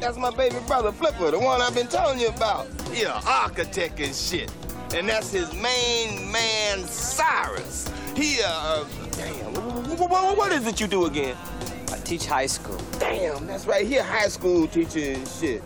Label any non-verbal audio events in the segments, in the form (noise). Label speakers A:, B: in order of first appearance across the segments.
A: That's my baby brother, Flipper, the one I've been telling you about. Yeah, architect and shit. And that's his main man, Cyrus. He, uh, damn, wh- wh- wh- what is it you do again?
B: I teach high school.
A: Damn, that's right. He a high school teacher and shit.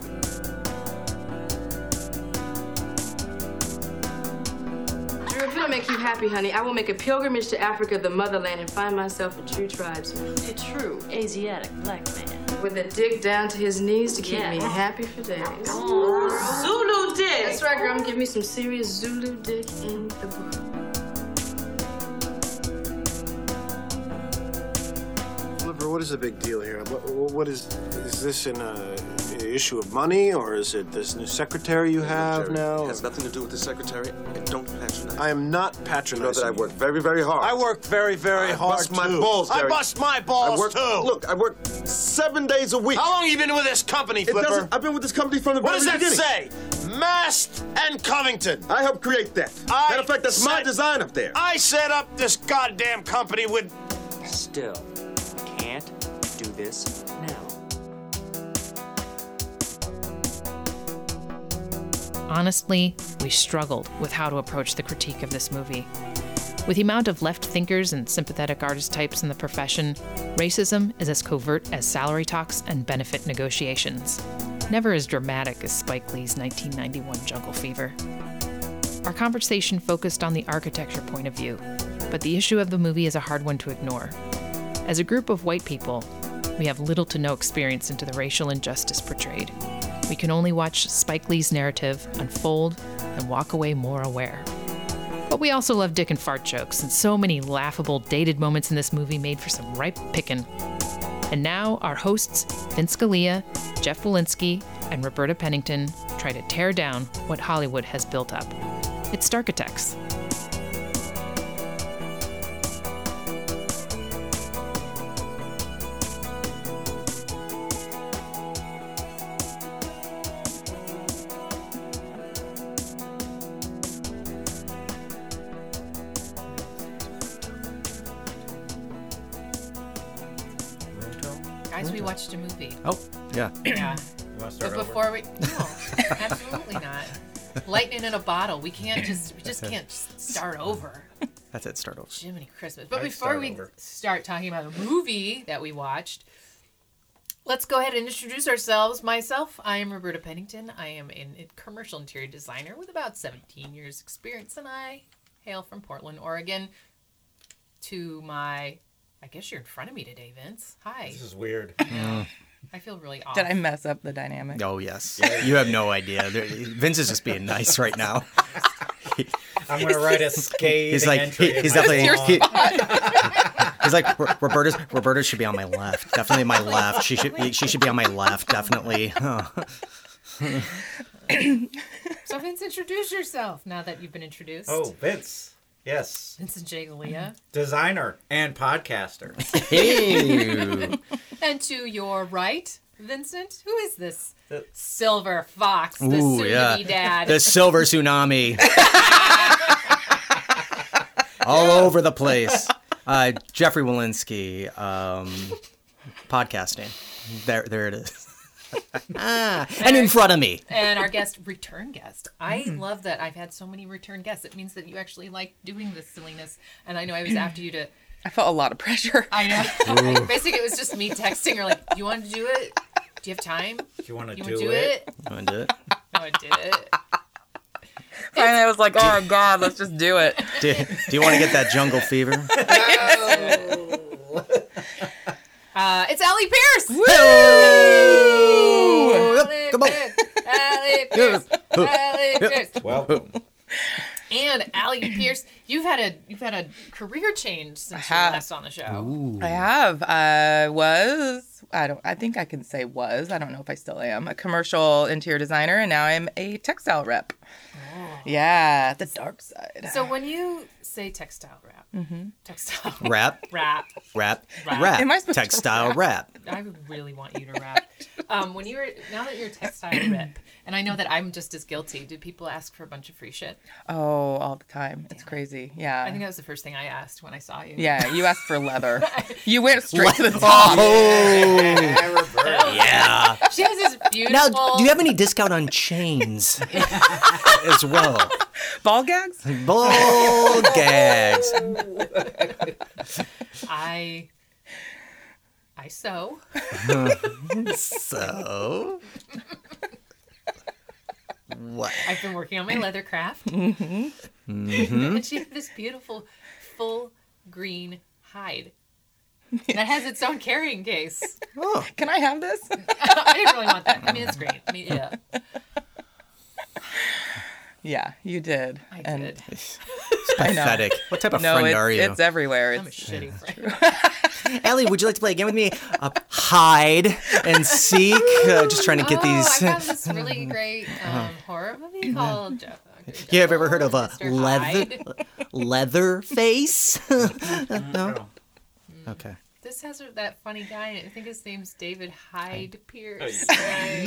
C: Drew, if it'll make you happy, honey, I will make a pilgrimage to Africa, the motherland, and find myself a true tribesman. A true
D: Asiatic black man.
C: with a dick down to his knees to keep
D: Yeah.
C: me happy for days.
D: Zulu dick.
C: That's right, girl. I'm gonna give me some serious Zulu dick in the book.
E: Flipper, what is the big deal here? What, what is is this an uh, issue of money, or is it this new secretary you have
F: Secretary. It
E: now?
F: has nothing to do with the secretary, and don't patronize.
E: I am not
F: you
E: patronizing.
F: know that I
E: you.
F: work very, very hard.
E: I work very, very
F: I
E: hard.
F: bust my
E: too.
F: balls,
E: I
F: Derek.
E: bust my
F: I
E: balls
F: work.
E: too.
F: Look, I work seven days a week.
E: how long you been with this company,
F: It
E: Flipper?
F: doesn't. I've been with this company from the
E: What
F: very
E: does that
F: beginning.
E: say? Mast and Covington.
F: I helped create that.
E: I
F: Matter of fact, that's my
E: said-
F: design up there.
E: I set up this goddamn company with.
B: Still, can't do this now.
G: Honestly, we struggled with how to approach the critique of this movie. With the amount of left thinkers and sympathetic artist types in the profession, racism is as covert as salary talks and benefit negotiations. Never as dramatic as Spike Lee's 1991 Jungle Fever. Our conversation focused on the architecture point of view, but the issue of the movie is a hard one to ignore. As a group of white people, we have little to no experience into the racial injustice portrayed. We can only watch Spike Lee's narrative unfold and walk away more aware. But we also love dick and fart jokes, and so many laughable, dated moments in this movie made for some ripe pickin'. And now our hosts, Vince Scalia, Jeff Walensky, and Roberta Pennington, try to tear down what Hollywood has built up. It's Starkitects. Guys, we watched a movie.
H: Oh,
G: (clears throat)
H: yeah.
G: Yeah.
H: You want to
G: But before we, no,
H: (laughs)
G: absolutely not. Lightning in a bottle. We can't just, we just can't s- start over.
H: That's it. Start over.
G: Jiminy Christmas. But
H: I'd
G: before
H: start
G: we
H: over.
G: start talking about the movie that we watched, let's go ahead and introduce ourselves. Myself, I am Roberta Pennington. I am an- a commercial interior designer with about 17 years experience, and I hail from Portland, Oregon. To my, I guess you're in front of me today, Vince. Hi.
H: This is weird.
G: I feel really off.
I: Did I mess up the dynamic?
H: Oh yes. You have no idea. There- Vince is just being nice right now.
J: (laughs) I'm gonna write a scathing
H: He's like,
J: entry.
H: he-
J: in
H: he's
J: my
H: definitely.
J: blog.
H: he- he's like, "Ro- Roberta's. Roberta should be on my left. Definitely my left. She should. Be, she should be on my left. Definitely. (laughs) Oh.
G: So Vince, introduce yourself now that you've been introduced.
J: oh, Vince. Yes,
G: Vincent J. Galea.
J: designer and podcaster. (laughs)
H: Hey.
G: And to your right, Vincent, who is this silver fox, the
H: Ooh,
G: soon-to-be
H: yeah.
G: dad?
H: The silver
J: (laughs)
H: tsunami. All over the place. Uh, Jeffrey Walensky, um, podcasting. There, there it is. (laughs) ah, and in front of me.
G: and our guest, return guest. I
I: Mm.
G: love that I've had so many return guests. It means that you actually like doing this silliness. And I know I was after you to.
I: I felt a lot of pressure.
G: I know. (laughs) Basically, it was just me texting her like, "Do you want to do it? Do you have time?
J: If you want to
G: You
J: do,
G: want to do
J: it,
G: it?
H: You wanna do it?
G: No, I did it.
I: Finally, I was like, oh god, let's just do
G: (laughs)
I: it.
H: Do, do you want to get that jungle
I: (laughs)
H: fever?
G: Uh, it's Allie Pierce.
H: Hello! Come on.
I: (laughs)
G: Allie Pierce. Allie Pierce.
J: welcome.
G: And Allie Pierce, you've had a you've had a career change since you were
I: have.
G: last on the show.
I: I have. I was. I don't. I think I can say was. I don't know if I still am a commercial interior designer, and now I'm a textile rep. Yeah, Oh. the dark side.
G: So when you say textile wrap, (laughs) textile
H: Rap,
G: wrap,
H: rap,
G: Rap.
H: rap.
I: Mm-hmm. Am I supposed to
H: Textile
G: (laughs)
H: rap.
G: I would really want you to wrap. Um, when you were now that you're a textile rep, and I know that I'm just as guilty. Do people ask for a bunch of free shit?
I: Oh, all the time. It's crazy. Yeah.
G: I think that was the first thing I asked when I saw you.
I: yeah, you asked for leather. You went straight to the top.
H: Oh,
J: Yeah, Roberta.
H: yeah.
G: She's
B: She has this beautiful.
G: Now, do you have any discount on (laughs) chains as well?
F: Ball gags?
G: Ball gags.
B: I. I sew.
G: so. What?
B: I've been working on my leather craft.
G: (laughs) Mhm. Mhm.
B: and she had this beautiful full green hide that has its own carrying case.
G: Oh.
F: Can I have this?
B: I didn't really want that. I mean, it's great. I mean, yeah.
F: Yeah, you did. I and did.
G: pathetic. What type of
F: no,
G: friend
F: it's-
G: are you?
F: It's everywhere. It's,
B: I'm a shitty
G: Ellie, would you like to play a game with me? Uh, hide and seek. Uh, just trying to get these.
B: Oh, I found this really great
G: Uh-huh.
B: um, horror movie called Jeff.
G: (laughs) You have ever heard of a
B: Mr.
G: leather
B: Hyde.
G: leather face? (laughs) no. Okay.
B: This has that funny guy, and I think his name's David Hyde Pierce.
F: yeah,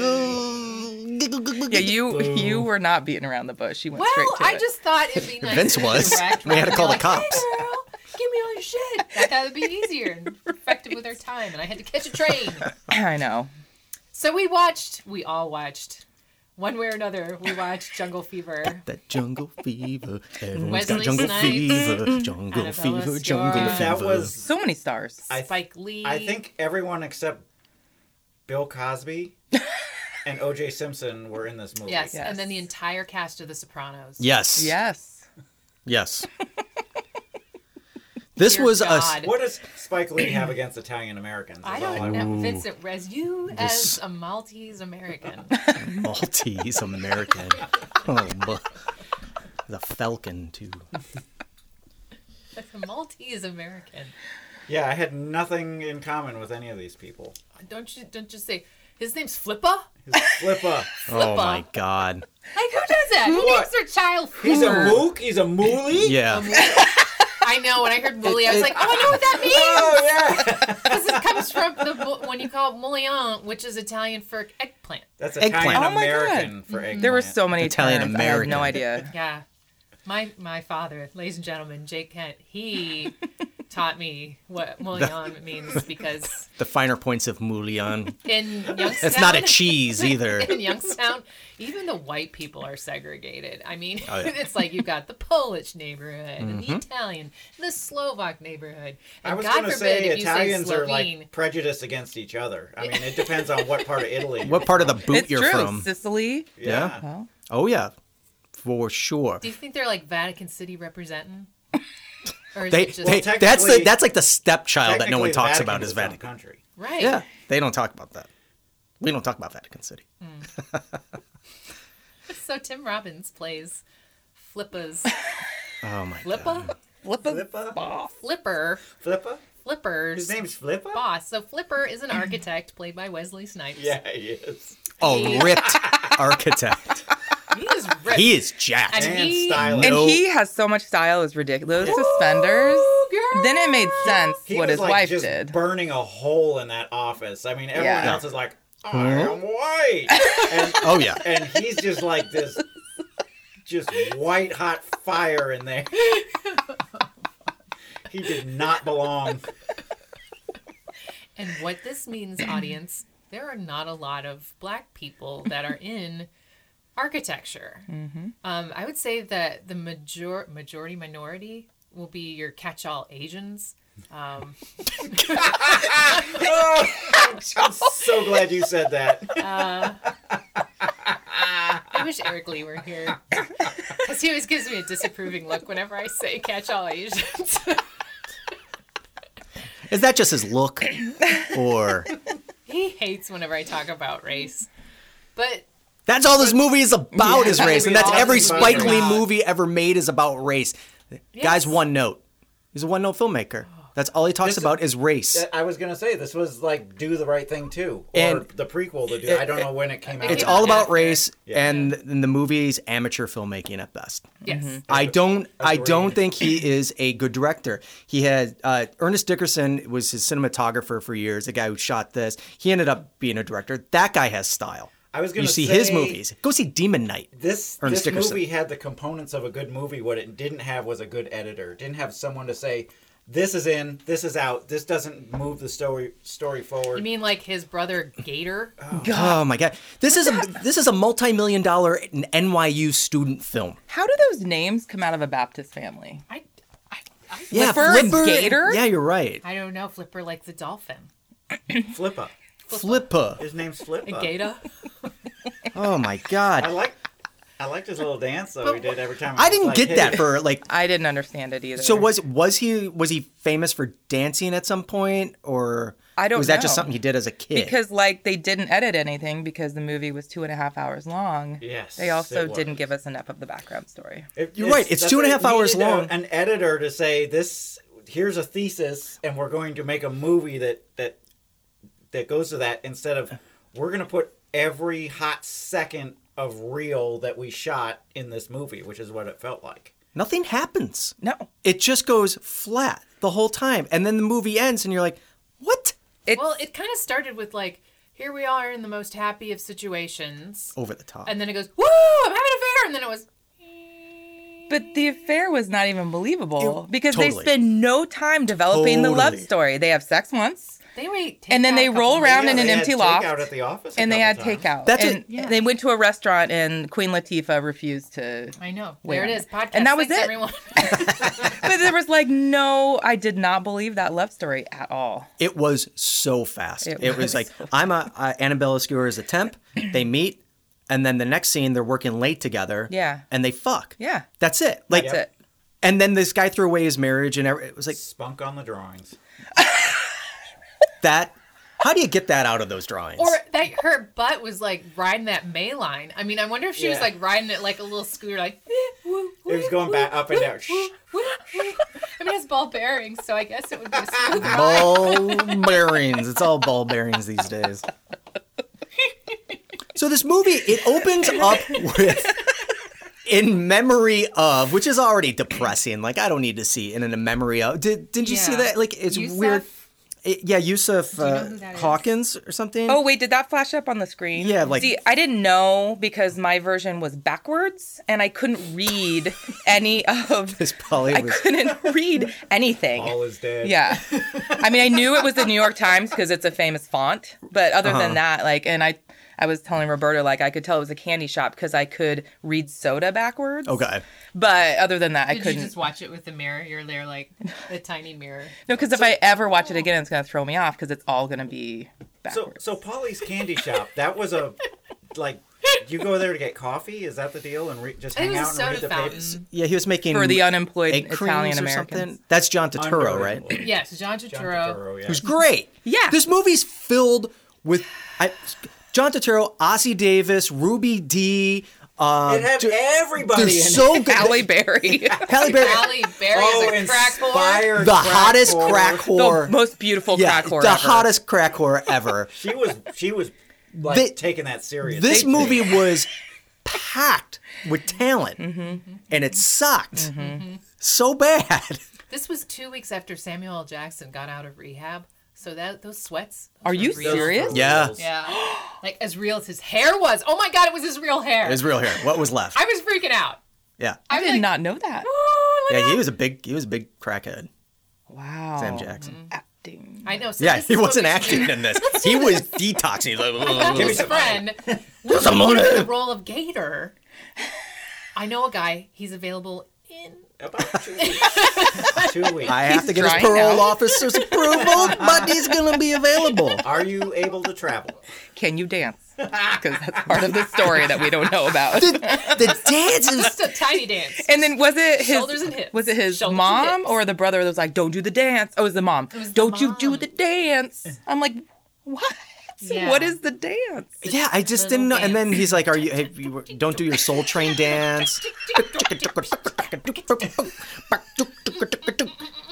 F: you you were not beating around the bush. You went
B: Well,
F: straight to
B: I
F: it.
B: just thought it'd be
G: (laughs)
B: nice. (laughs)
F: Vince
B: to
F: was.
B: direct
F: We had to
B: rather
F: call
B: than
F: the
B: like,
F: cops.
B: Hey, girl, give me all your shit. I thought it'd be easier and effective with our time, and I had to catch a train.
F: I know.
B: So we watched. We all watched. One way or another, we watched Jungle Fever.
G: That jungle fever. Everyone's
B: Wesley
G: got jungle
B: Snipes, Mm-hmm.
G: fever. Jungle
B: Annabella
G: fever. Jungle
B: Sciorra.
G: fever.
H: That was-
F: so many stars.
B: Spike Lee.
H: I think everyone except Bill Cosby and O.J. Simpson were in this movie.
B: Yes, and then the entire cast of The Sopranos.
G: Yes.
F: Yes.
B: (laughs)
G: Yes. This was a.
H: What does Spike Lee have against Italian Americans?
B: I
H: Is all
B: don't know,
G: Ooh.
B: Vincent. As you,
G: This-
B: as a Maltese American, (laughs)
G: Maltese American. Oh, bu- the falcon too.
B: as a Maltese American,
H: Yeah, I had nothing in common with any of these people.
B: don't you don't you say his name's Flippa?
H: Flippa.
G: Oh my god.
B: Like who does that? Who
H: What?
B: names their child
H: He's a
B: Flipper?
H: mook. He's a moolie.
G: Yeah.
B: I know. When I heard Mully, I was
H: It-
B: like,
H: it-
B: oh, I know what that means.
H: (laughs) Oh,
B: (laughs) Because it comes from the bu- when you call it mullion, which is Italian for eggplant.
H: That's
F: Eggplant.
H: Italian
F: Oh my God.
H: American for eggplant.
F: There were so many
G: Italian
F: terms, I have
G: American.
F: no idea.
B: (laughs) Yeah. My my father, ladies and gentlemen, Jake Kent, he taught me what mullion means because
G: The finer points of Mulian.
B: in Youngstown,
G: (laughs) It's not a
B: (laughs)
G: cheese either.
B: in Youngstown, even the white people are segregated. I mean,
G: Oh, yeah.
B: (laughs) it's like you've got the Polish neighborhood, and the
H: Mhm.
B: Italian, the Slovak neighborhood, and
H: I was
B: God
H: going to
B: forbid
H: say
B: if you
H: Italians
B: say
H: are
B: Slovene.
H: like prejudiced against each other. I mean, it depends on what part of Italy. you're
G: What part of the boot
F: It's
G: you're
F: true.
G: from?
F: Sicily.
G: Yeah.
F: Well.
G: Oh yeah, for sure.
B: Do you think they're like Vatican City representing? Or is
G: They,
B: it just
G: they that's the that's like the stepchild that no one
H: technically
G: talks
H: Vatican
G: about
H: is
G: is
H: its own
G: Vatican
H: country.
B: Right.
G: Yeah, they don't talk about that. We don't talk about Vatican City.
B: so Tim Robbins plays Flippa's
G: (laughs) Oh my.
B: Flippa?
F: Flippa?
H: Flippa?
B: Flipper.
H: Flippa?
B: Flippers.
H: His name's Flippa?
B: Boss. So Flipper is an architect played by Wesley Snipes.
H: Yeah, he is.
G: Oh, ripped architect.
B: He
H: (laughs)
B: is ripped.
G: He is jacked.
B: And And he-
F: And
B: stylish.
G: No-
F: he has so much style. It was ridiculous. Those suspenders. Then it made sense
H: He
F: what
H: was
F: his
H: like
F: wife
H: just
F: did.
H: burning a hole in that office. I mean, everyone
F: Yeah.
H: else is like,
G: Huh?
H: I'm white. And,
G: Oh, yeah.
H: And he's just like this, just white hot fire in there. He did not belong.
B: And what this means, audience, there are not a lot of black people that are in architecture.
F: Mm-hmm.
B: Um, I would say that the major majority minority will be your catch-all Asians. Um,
H: I'm so glad you said that.
B: uh, I wish Eric Lee were
H: (laughs)
B: here (laughs) because he always gives me a disapproving look whenever I say catch-all Asians.
G: Is that just his look, or
B: (laughs) he hates whenever I talk about race, but
G: that's all this movie is about
B: Yeah.
G: is race, and
B: We
G: that's
B: all
G: every
B: think
G: Spike
B: about
G: Lee
B: race.
G: movie ever made is about race.
B: Yes.
G: Guy's one note. He's a one note filmmaker. That's all he talks about is race.
H: I was gonna say this was like "Do the Right Thing" too, or
G: And-
H: the prequel to "Do."
G: it-
H: I don't know when it came out.
G: It's all about race, and, and the movie's amateur filmmaking at best.
B: Yes. Mm-hmm.
G: I don't. I
H: we're
G: don't think he is a good director. He had uh, Ernest Dickerson was his cinematographer for years. The guy who shot this, he ended up being a director. That guy has style.
H: I was
G: You
H: gonna
G: see his
H: say-
G: movies. Go see Demon Knight.
H: This
G: Ernest
H: this
G: Dickerson.
H: movie had the components of a good movie. What it didn't have was a good editor. It didn't have someone to say,
F: this is in, this is out. This doesn't move the story story forward.
H: You mean like his brother Gator?
G: Oh my god. This
H: (laughs)
G: is a this is a multi-million dollar N- NYU student film.
B: How do those names come out of a Baptist family?
H: I,
G: Yeah,
B: Flipper and
G: Flipper-
B: Gator?
G: yeah, you're right.
H: I don't know. Flipper like the dolphin.
F: (clears throat) Flipper.
G: Flipper.
F: His name's Flipper.
H: A gator.
G: (laughs) Oh my god.
F: I like I liked his little dance though we did every time.
G: I didn't
F: (laughs)
G: get that for like
B: I didn't understand it either.
G: So was was he was he famous for dancing at some point or
B: I don't
G: was that just
B: know.
G: something he did as a kid?
B: because like they didn't edit anything because the movie was two and a half hours long.
F: Yes,
B: They also
F: it was.
B: didn't give us enough of the background story.
F: It-
G: You're right, it's
F: that's
G: two and a
F: what
G: half
F: it
G: hours
F: needed, uh,
G: long.
F: an editor to say this. Here's a thesis, and we're going to make a movie that that that goes to that instead of we're going to put every hot second of reel that we shot in this movie, which is what it felt like.
G: Nothing happens.
B: No.
G: It just goes flat the whole time. And then the movie ends and you're like, what?
H: well, it kind of started with like, here we are in the most happy of situations,
G: Over the top.
H: and then it goes, woo, I'm having an affair, and then it was,
B: But the affair was not even believable because they
G: totally.
B: spend no time developing the love
G: Totally.
B: story. They have sex once,
H: they wait,
B: and then they roll around
F: Yeah,
B: in an
F: they had
B: empty
F: takeout
B: loft,
F: at the office a
B: and they had
F: couple times.
B: takeout.
G: That's
B: and
G: it.
B: They went to a restaurant, and Queen Latifah refused to.
H: I know,
B: Wait
H: there
B: a
H: it is, podcast,
B: minute. And that was
H: thanks,
B: it.
H: everyone. (laughs)
B: But there was like no, I did not believe that love story at all.
G: It was so fast. It,
B: It
G: was
B: was.
G: like I'm a uh, Annabella Skewer is
B: (clears throat)
G: a temp. They meet, and then the next scene they're working late together.
B: Yeah.
G: and they fuck.
B: Yeah,
G: That's it. Like,
B: that's it.
G: and then this guy threw away his marriage, and every, it was like
F: Spunk on the drawings.
G: (laughs) that. How do you get that out of those drawings?
H: Or that her butt was like riding that May line. I mean, I wonder if she was
F: Yeah.
H: like riding it like a little scooter, like. "Eh,
F: It was going back up and down.
H: (laughs) I mean, it's ball bearings, so I guess it would be a smooth ride.
G: ball bearings. It's all ball bearings these days. So this movie it opens up with in memory of, which is already depressing. Like I don't need to see in a memory of. Did did you see
H: Yeah.
G: that? Like it's
H: Yusuf?
G: weird. It- yeah, Yusuf
H: you know
G: uh,
H: who that is?
G: Hawkins or something.
B: Oh wait, did that flash up on the screen?
G: Yeah, like-
B: See, I didn't know because my version was backwards, and I couldn't
G: (laughs)
B: read any of.
G: It's probably
B: I
G: was-
B: couldn't
G: (laughs)
B: read anything.
F: All is dead.
B: Yeah. I mean, I knew it was the New York Times because it's a famous font, but other
G: Uh-huh.
B: than that, like, and I, I was telling Roberta like I could tell it was a candy shop because I could read soda backwards.
G: okay.
B: But other than that, I
H: Did you
B: couldn't.
H: just watch it with the mirror? You're there, like the tiny mirror.
B: No, because if I ever watch it again, it's gonna throw me off because it's all gonna be
F: So
B: backwards.
F: so Polly's candy shop. That was a like you go there to get coffee. Is that the deal? And re- just
H: I think
F: hang
H: it
F: out
H: was
F: and
H: a
F: read
H: soda
F: the papers.
H: fountain.
G: Yeah, he was making
B: For the unemployed
G: egg creams
B: Italian
G: or
B: Americans.
G: something. That's John Turturro, right?
F: Unbelievable.
H: Yes, John
F: John
H: Turturro.
F: Turturro, yeah.
G: Who's great.
B: Yeah.
G: This movie's filled with I, John Turturro, Ossie Davis, Ruby D. Um,
F: It had
G: ju-
F: everybody
G: They're
F: in
G: so
B: (laughs)
G: good.
B: Halle
G: (laughs)
B: Berry,
G: Halle Berry,
H: Halle Berry
F: Oh,
H: is a crack whore.
F: inspired
G: the
F: crack
G: hottest
F: whore.
G: crack whore.
B: the most beautiful
G: yeah,
B: crack whore
G: the
B: ever.
G: hottest crack whore ever.
F: She was she was like
G: They-
F: taking that serious.
G: this
F: They-
G: movie was packed with talent, and it sucked so bad.
H: This was two weeks after Samuel L. Jackson got out of rehab, so that those sweats. those
B: Are
H: were
B: you
H: real.
B: serious?
G: Yeah.
F: reels.
H: Yeah, like as real as his hair was. Oh my God, it was his real hair.
G: It was real hair. What was left?
H: I was freaking out.
G: Yeah,
B: I
H: I'm
B: did
H: like-
B: not know that.
H: Oh, look
G: yeah.
H: at
G: He was a big, he was a big crackhead.
B: Wow.
G: Sam Jackson.
B: Acting.
H: I know. So
G: Yeah,
H: this
G: he
H: is what
G: wasn't
H: we should
G: acting
H: do.
G: in this. He was detoxing. He's like,
H: Got
G: "Ugh."
H: His friend was
G: some money.
H: the role of Gator. I know a guy. He's available in.
F: about two weeks. two weeks.
G: I have to get his
B: dry
G: parole
B: now.
G: officer's approval, but he's gonna be available.
F: Are you able to travel?
B: Can you dance? Because that's part of the story that we don't know about.
G: The dance is
H: Just a tiny dance.
B: And then was it his
H: Shoulders and hips.
B: was it his
H: Shoulders and
B: mom
H: hips.
B: or the brother that was like, "Don't do the dance"? Oh, it was the mom.
H: was the
B: don't you do
H: mom.
B: the dance? I'm like, what?
H: Yeah.
B: What is the dance?
G: yeah. I just didn't know. And then he's like, "Are you? Hey, you were- don't do your Soul Train dance."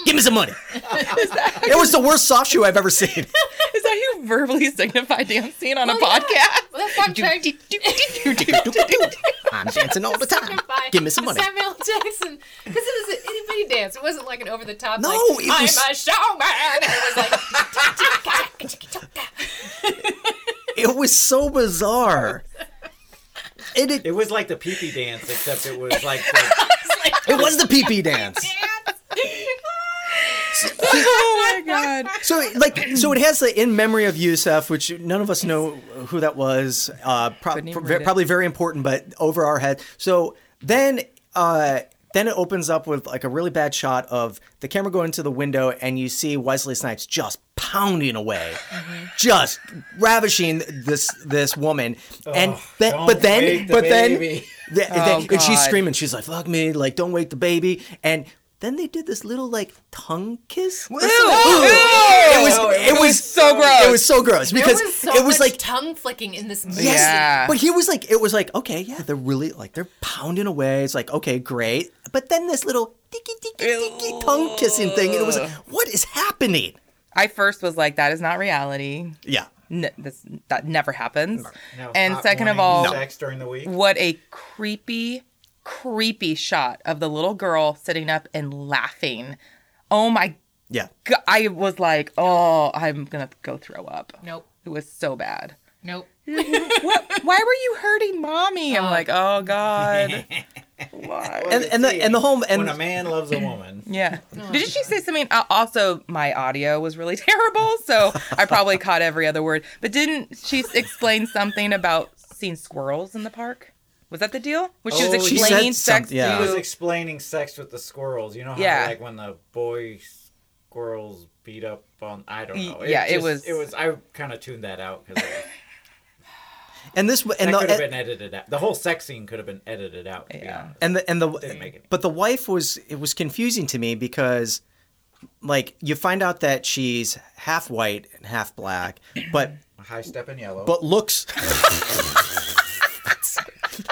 G: Give me some money. It was the worst soft shoe I've ever seen.
B: Is that you verbally signify dancing on a
H: Well, yeah.
B: podcast?
H: Well, that's what I'm trying to (laughs)
G: I'm dancing all the time.
H: signify
G: Give me some money.
H: Samuel Jackson, because it was an itty bitty dance. It wasn't like an over the top.
G: No,
H: like,
G: it was-
H: I'm a showman. It was like. (laughs)
G: It was so bizarre. It it,
F: It was like the pee pee dance, except it was like the,
G: it was the pee pee dance. Yes.
B: oh my god.
G: So like so it has the in memory of Yusef, which none of us know who that was. Uh, prob-
B: even
G: pro-
B: read it.
G: probably very important, but over our head. So then uh, then it opens up with like a really bad shot of the camera going to the window, and you see Wesley Snipes just pounding away,
B: Uh-huh.
G: just ravishing this this woman. and then,
F: don't
G: but then
F: wake the
G: but then,
F: baby.
G: th-
F: Oh,
G: then- and she's
F: God.
G: screaming. She's like, "Fuck me!" Like, don't wake the baby. And then they did this little like tongue kiss. or something.
K: Ew.
G: It was
K: Ew.
G: it,
K: It
G: was,
K: was so gross.
G: It was so gross because
K: there was so
G: it was
K: much
G: like
K: tongue flicking in this movie.
G: yes, but he was like it was like okay, yeah, they're really like they're pounding away. It's like okay, great, but then this little tiki tiki tiki tongue kissing thing, and it was like what is happening?
B: I first was like, that is not reality.
G: Yeah.
B: N- this that never happens.
F: No,
B: and
F: hot
B: second of
F: wanting
B: all,
F: sex during the week.
B: what a creepy, creepy shot of the little girl sitting up and laughing. Oh my!
G: Yeah.
B: go- I was like, oh, I'm gonna go throw up.
H: Nope.
B: It was so bad.
H: Nope.
B: what? Why were you hurting mommy? I'm like, oh god. Why?
F: And- and the- and the
G: home
F: and- When a man loves a woman.
B: Yeah. Did she say something? uh, Also, my audio was really (laughs) terrible, so I probably caught every other word. But didn't she s- explain something about seeing squirrels in the park? Was that the deal? When she was
F: Oh,
B: explaining sex.
F: She was
B: to-
F: explaining sex with the squirrels. You know how
B: Yeah.
F: like when the boy squirrels beat up on I don't know.
B: Yeah, it was-
F: It was. I kind of tuned that out because
G: And this
F: and
G: and
F: that
G: the
F: could have been edited out. The whole sex scene could have been edited out. To Be honest.
G: and the and the
F: Didn't make it.
G: but the wife was it was confusing to me because like you find out that she's half white and half black, but
F: High step in yellow.
G: but looks.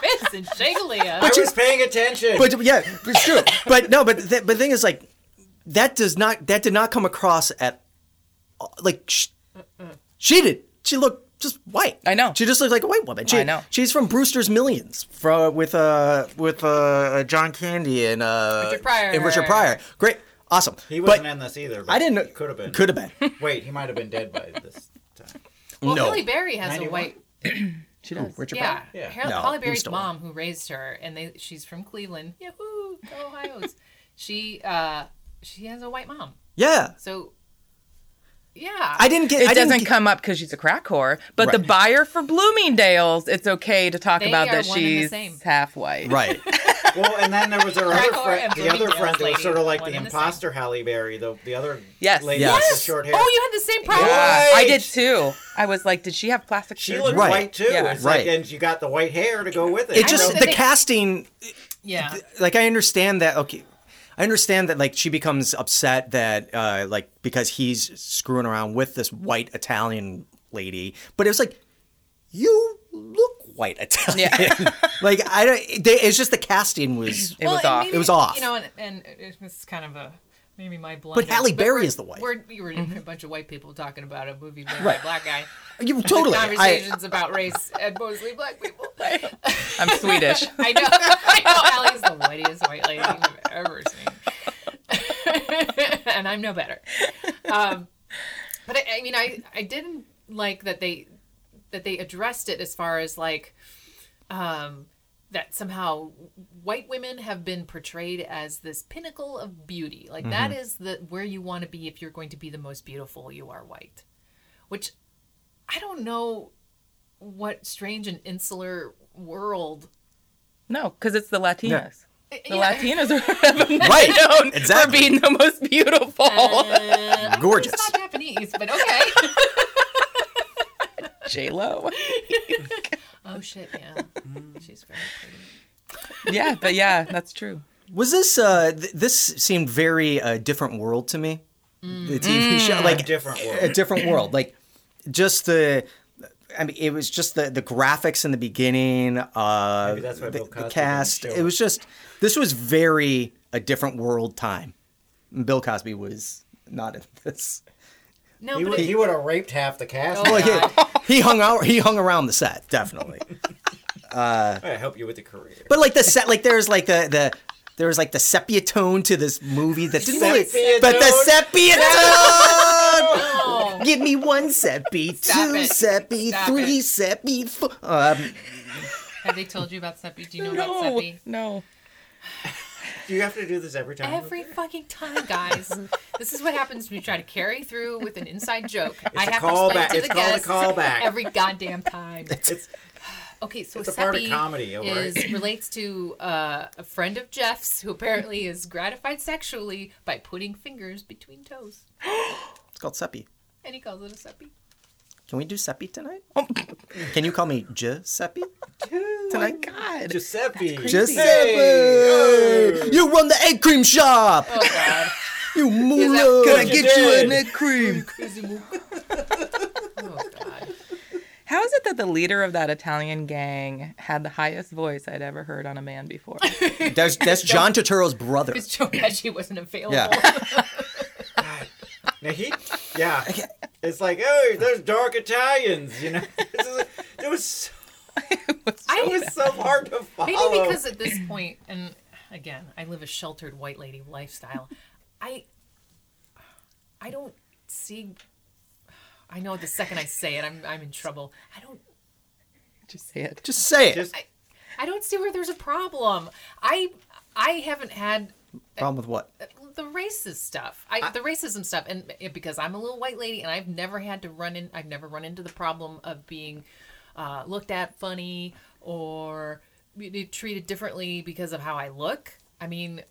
H: Vincent Shaglia.
F: I was paying attention.
G: But yeah, but sure. But no, but th- but the thing is, like, that does not that did not come across at like sh- she did. She looked just white. I know. She just looked like a white woman. She,
B: I know.
G: She's from Brewster's Millions, from with uh with uh John Candy and uh
F: Richard Pryor.
G: and Richard Pryor. Great, awesome.
F: he
G: But-
F: wasn't in this either.
G: I didn't know-
F: Could have been.
B: (laughs)
G: could have
F: been. Wait, he might have been dead by this.
H: Well,
G: no.
H: Holly Berry has a
F: 91?
H: white.
G: She does. Richard
H: yeah.
G: Pryor.
H: Harold,
G: No,
H: Holly
G: he was
H: Berry's
G: still
H: mom, who raised her, and they she's from Cleveland. Yahoo, go Ohio's. she uh, she has a white mom.
G: Yeah.
H: So, yeah.
B: It doesn't come up because she's a crack whore. But the
H: Right.
B: buyer for Bloomingdale's, it's okay to talk
H: They
B: about
H: are
B: that
H: one and the
B: she's
H: same.
B: half white. (laughs)
G: Right.
F: well, and then there was her other
H: Crackle
F: friend,
H: and
F: the other friend
H: Bloomingdale's
F: that was
H: lady,
F: sort of like
H: one
F: the
H: and the
F: imposter Halle Berry, the the other
B: Yes.
F: lady
B: Yes.
F: with the short hair.
H: Oh, you had the same problem.
B: Yeah, I did too. I was like, did she have plastic
F: She
B: surgery?
F: looked white too.
B: Yeah.
F: It's like, and you got the white hair to go with it.
G: It just the casting
B: (laughs)
H: Yeah.
G: like I understand that okay I understand that like she becomes upset that uh like because he's screwing around with this white Italian lady but it was like you look white Italian (laughs) like I don't they, it's just the casting was
H: Well, and maybe,
G: it was off
H: You know, and, and it was kind of a maybe my Mm-hmm. blunder.
G: Halle Berry
H: we're-
G: is the white.
H: We're, we were a bunch of white people talking about a movie made by
G: Right.
H: a black guy.
G: You-
H: The
G: totally. I-
H: conversations about race and mostly
G: (laughs)
H: black people.
B: I'm Swedish.
H: (laughs) I know. I know. Allie's the whitest white lady I've ever seen, (laughs) and I'm no better. Um, but I, I mean, I I didn't like that they that they addressed it as far as like um, that somehow white women have been portrayed as this pinnacle of beauty. Like that
B: Mhm.
H: is the where you want to be if you're going to be the most beautiful. You are white, which I don't know what strange and insular world
B: No, because it's the Latinas. The
F: (laughs)
H: Yeah.
B: Latinas are
H: Right,
B: right. known for
H: exactly.
B: being the most beautiful.
G: (laughs) Gorgeous.
H: Uh, It's not Japanese, but okay.
B: J Lo.
H: oh shit, yeah. She's very
B: yeah, but yeah, that's true.
G: was this uh th- this seemed very uh, different world to me the TV
B: Mm.
G: show
B: A
G: like
F: different world.
G: a different world like just the I mean, it was just the, the graphics in the beginning, uh,
F: Maybe that's why
G: the,
F: Bill
G: the
F: Cosby didn't
G: cast.
F: show
G: It was just this was very a different world time. Bill Cosby was not in this.
H: No,
F: he
H: but
F: would,
H: it-
F: he would have raped half the cast.
G: Well, he, he hung out. He hung around the set (laughs) definitely. Uh,
F: I help you with the career.
G: But like the set, like there's like the the there was like the sepia tone to this movie that didn't really.
F: Sepia
G: But the
F: tone?
G: sepia
F: No! (laughs)
G: tone. Give me one (laughs) sepia,
H: Stop
G: two
H: it.
G: sepia,
H: Stop
G: three
H: it.
G: sepia, four. Um,
H: Have they told you about Seppi? Do you know
B: No,
H: about Seppi?
B: no.
F: Do you have to do this every time?
G: Every fucking time, guys. this is what happens when you try to carry through with an inside joke. I
F: a
G: have
F: callback.
G: to explain it to
F: It's
G: the
F: called a
G: guests
F: callback.
G: every goddamn time.
F: It's
G: Okay, so
F: It's a part of
G: Seppi
F: comedy, all right.
G: is relates to uh, a friend of Jeff's who apparently is gratified sexually by putting fingers between toes,
B: It's called Seppi.
G: and he calls it a seppi.
B: Can we do Seppi tonight? Oh. Can you call me Giuseppe? Tonight, God.
F: Giuseppe.
B: Giuseppe! You run the egg cream shop!
G: Oh, God.
B: (laughs) You
G: that-
B: moolah!
G: Can I
H: get you an
B: egg cream?
G: Oh,
H: How is it that the leader of that Italian gang had the highest voice I'd ever heard on a man before? (laughs)
B: That's, that's John Turturro's brother.
G: Because Joe Pesci wasn't available.
F: Now he, yeah, it's like oh, those dark Italians, you know. This is, it was so,
G: I-
F: it was so hard to follow.
G: Maybe because at this point, and again, I live a sheltered white lady lifestyle. I I don't see. I know the second I say it, I'm I'm in trouble. I don't
H: Just say it.
B: Just say it.
G: I don't see where there's a problem. I I haven't had
B: Problem with what?
G: the racist stuff. I, the racism stuff, and it, because I'm a little white lady, and I've never had to run in. I've never run into the problem of being uh, looked at funny or be- be treated differently because of how I look. I mean,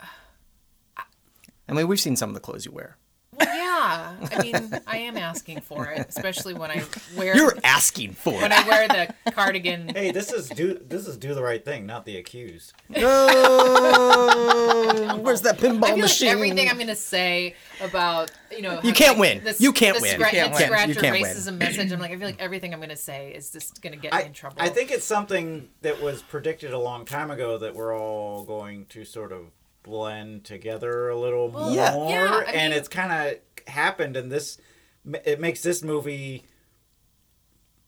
B: I mean, we've seen some of the clothes you wear.
G: well, yeah. I mean, I am asking for it, especially
B: (laughs)
G: when I wear
B: You're asking for
G: when
B: it.
G: I wear the cardigan.
F: hey, this is do this is do the right thing, not the accused.
B: Oh, where's that pinball
G: I feel
B: machine?
G: like everything I'm going to say about you know
B: You
G: how-
B: can't
G: like,
B: win. You can't
G: the
B: win.
G: scra-
B: You can't
G: the
B: win.
G: scratch
B: You
G: or
B: can't win.
G: racism message. I'm like I feel like everything I'm going to say is just going to get me in trouble.
F: I think it's something that was predicted a long time ago that we're all going to sort of blend together a little
G: Well,
F: more,
G: Yeah. yeah, I
F: and
G: mean-
F: it's kind of happened. And this it makes this movie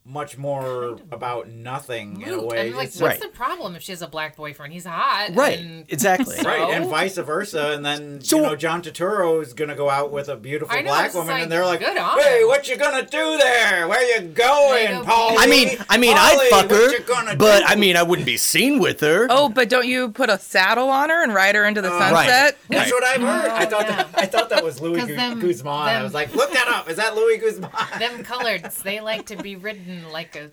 F: much more about nothing in a
G: Moot.
F: way.
G: I'm like,
F: It's
G: what's the problem if she has a black boyfriend? He's hot.
B: Right,
G: and-
B: exactly.
F: Right, and
G: So?
F: vice versa, and then you know John Turturro is gonna go out with a beautiful
G: I know,
F: black
G: it's
F: woman,
G: like,
F: and they're like,
G: good on
F: "Hey,
G: him."
F: what you gonna do there? Where you going,
G: They go-
F: Paul?"
B: I mean, I mean, I'd
F: Ollie,
B: fuck
F: what you
B: her,
F: gonna
B: but
F: do?
B: I mean, I wouldn't be seen with her.
H: Oh, but don't you put a saddle on her and ride her into the
B: right.
H: sunset?
F: That's
B: Right.
F: what I've heard. I thought that I thought that was Louis
G: 'Cause
F: Gu-
G: them-
F: Guzman. I
G: Oh, them-
F: was like, look that up. Is that Louis Guzman?
G: them coloreds, they like to be ridden
B: (laughs)
G: like a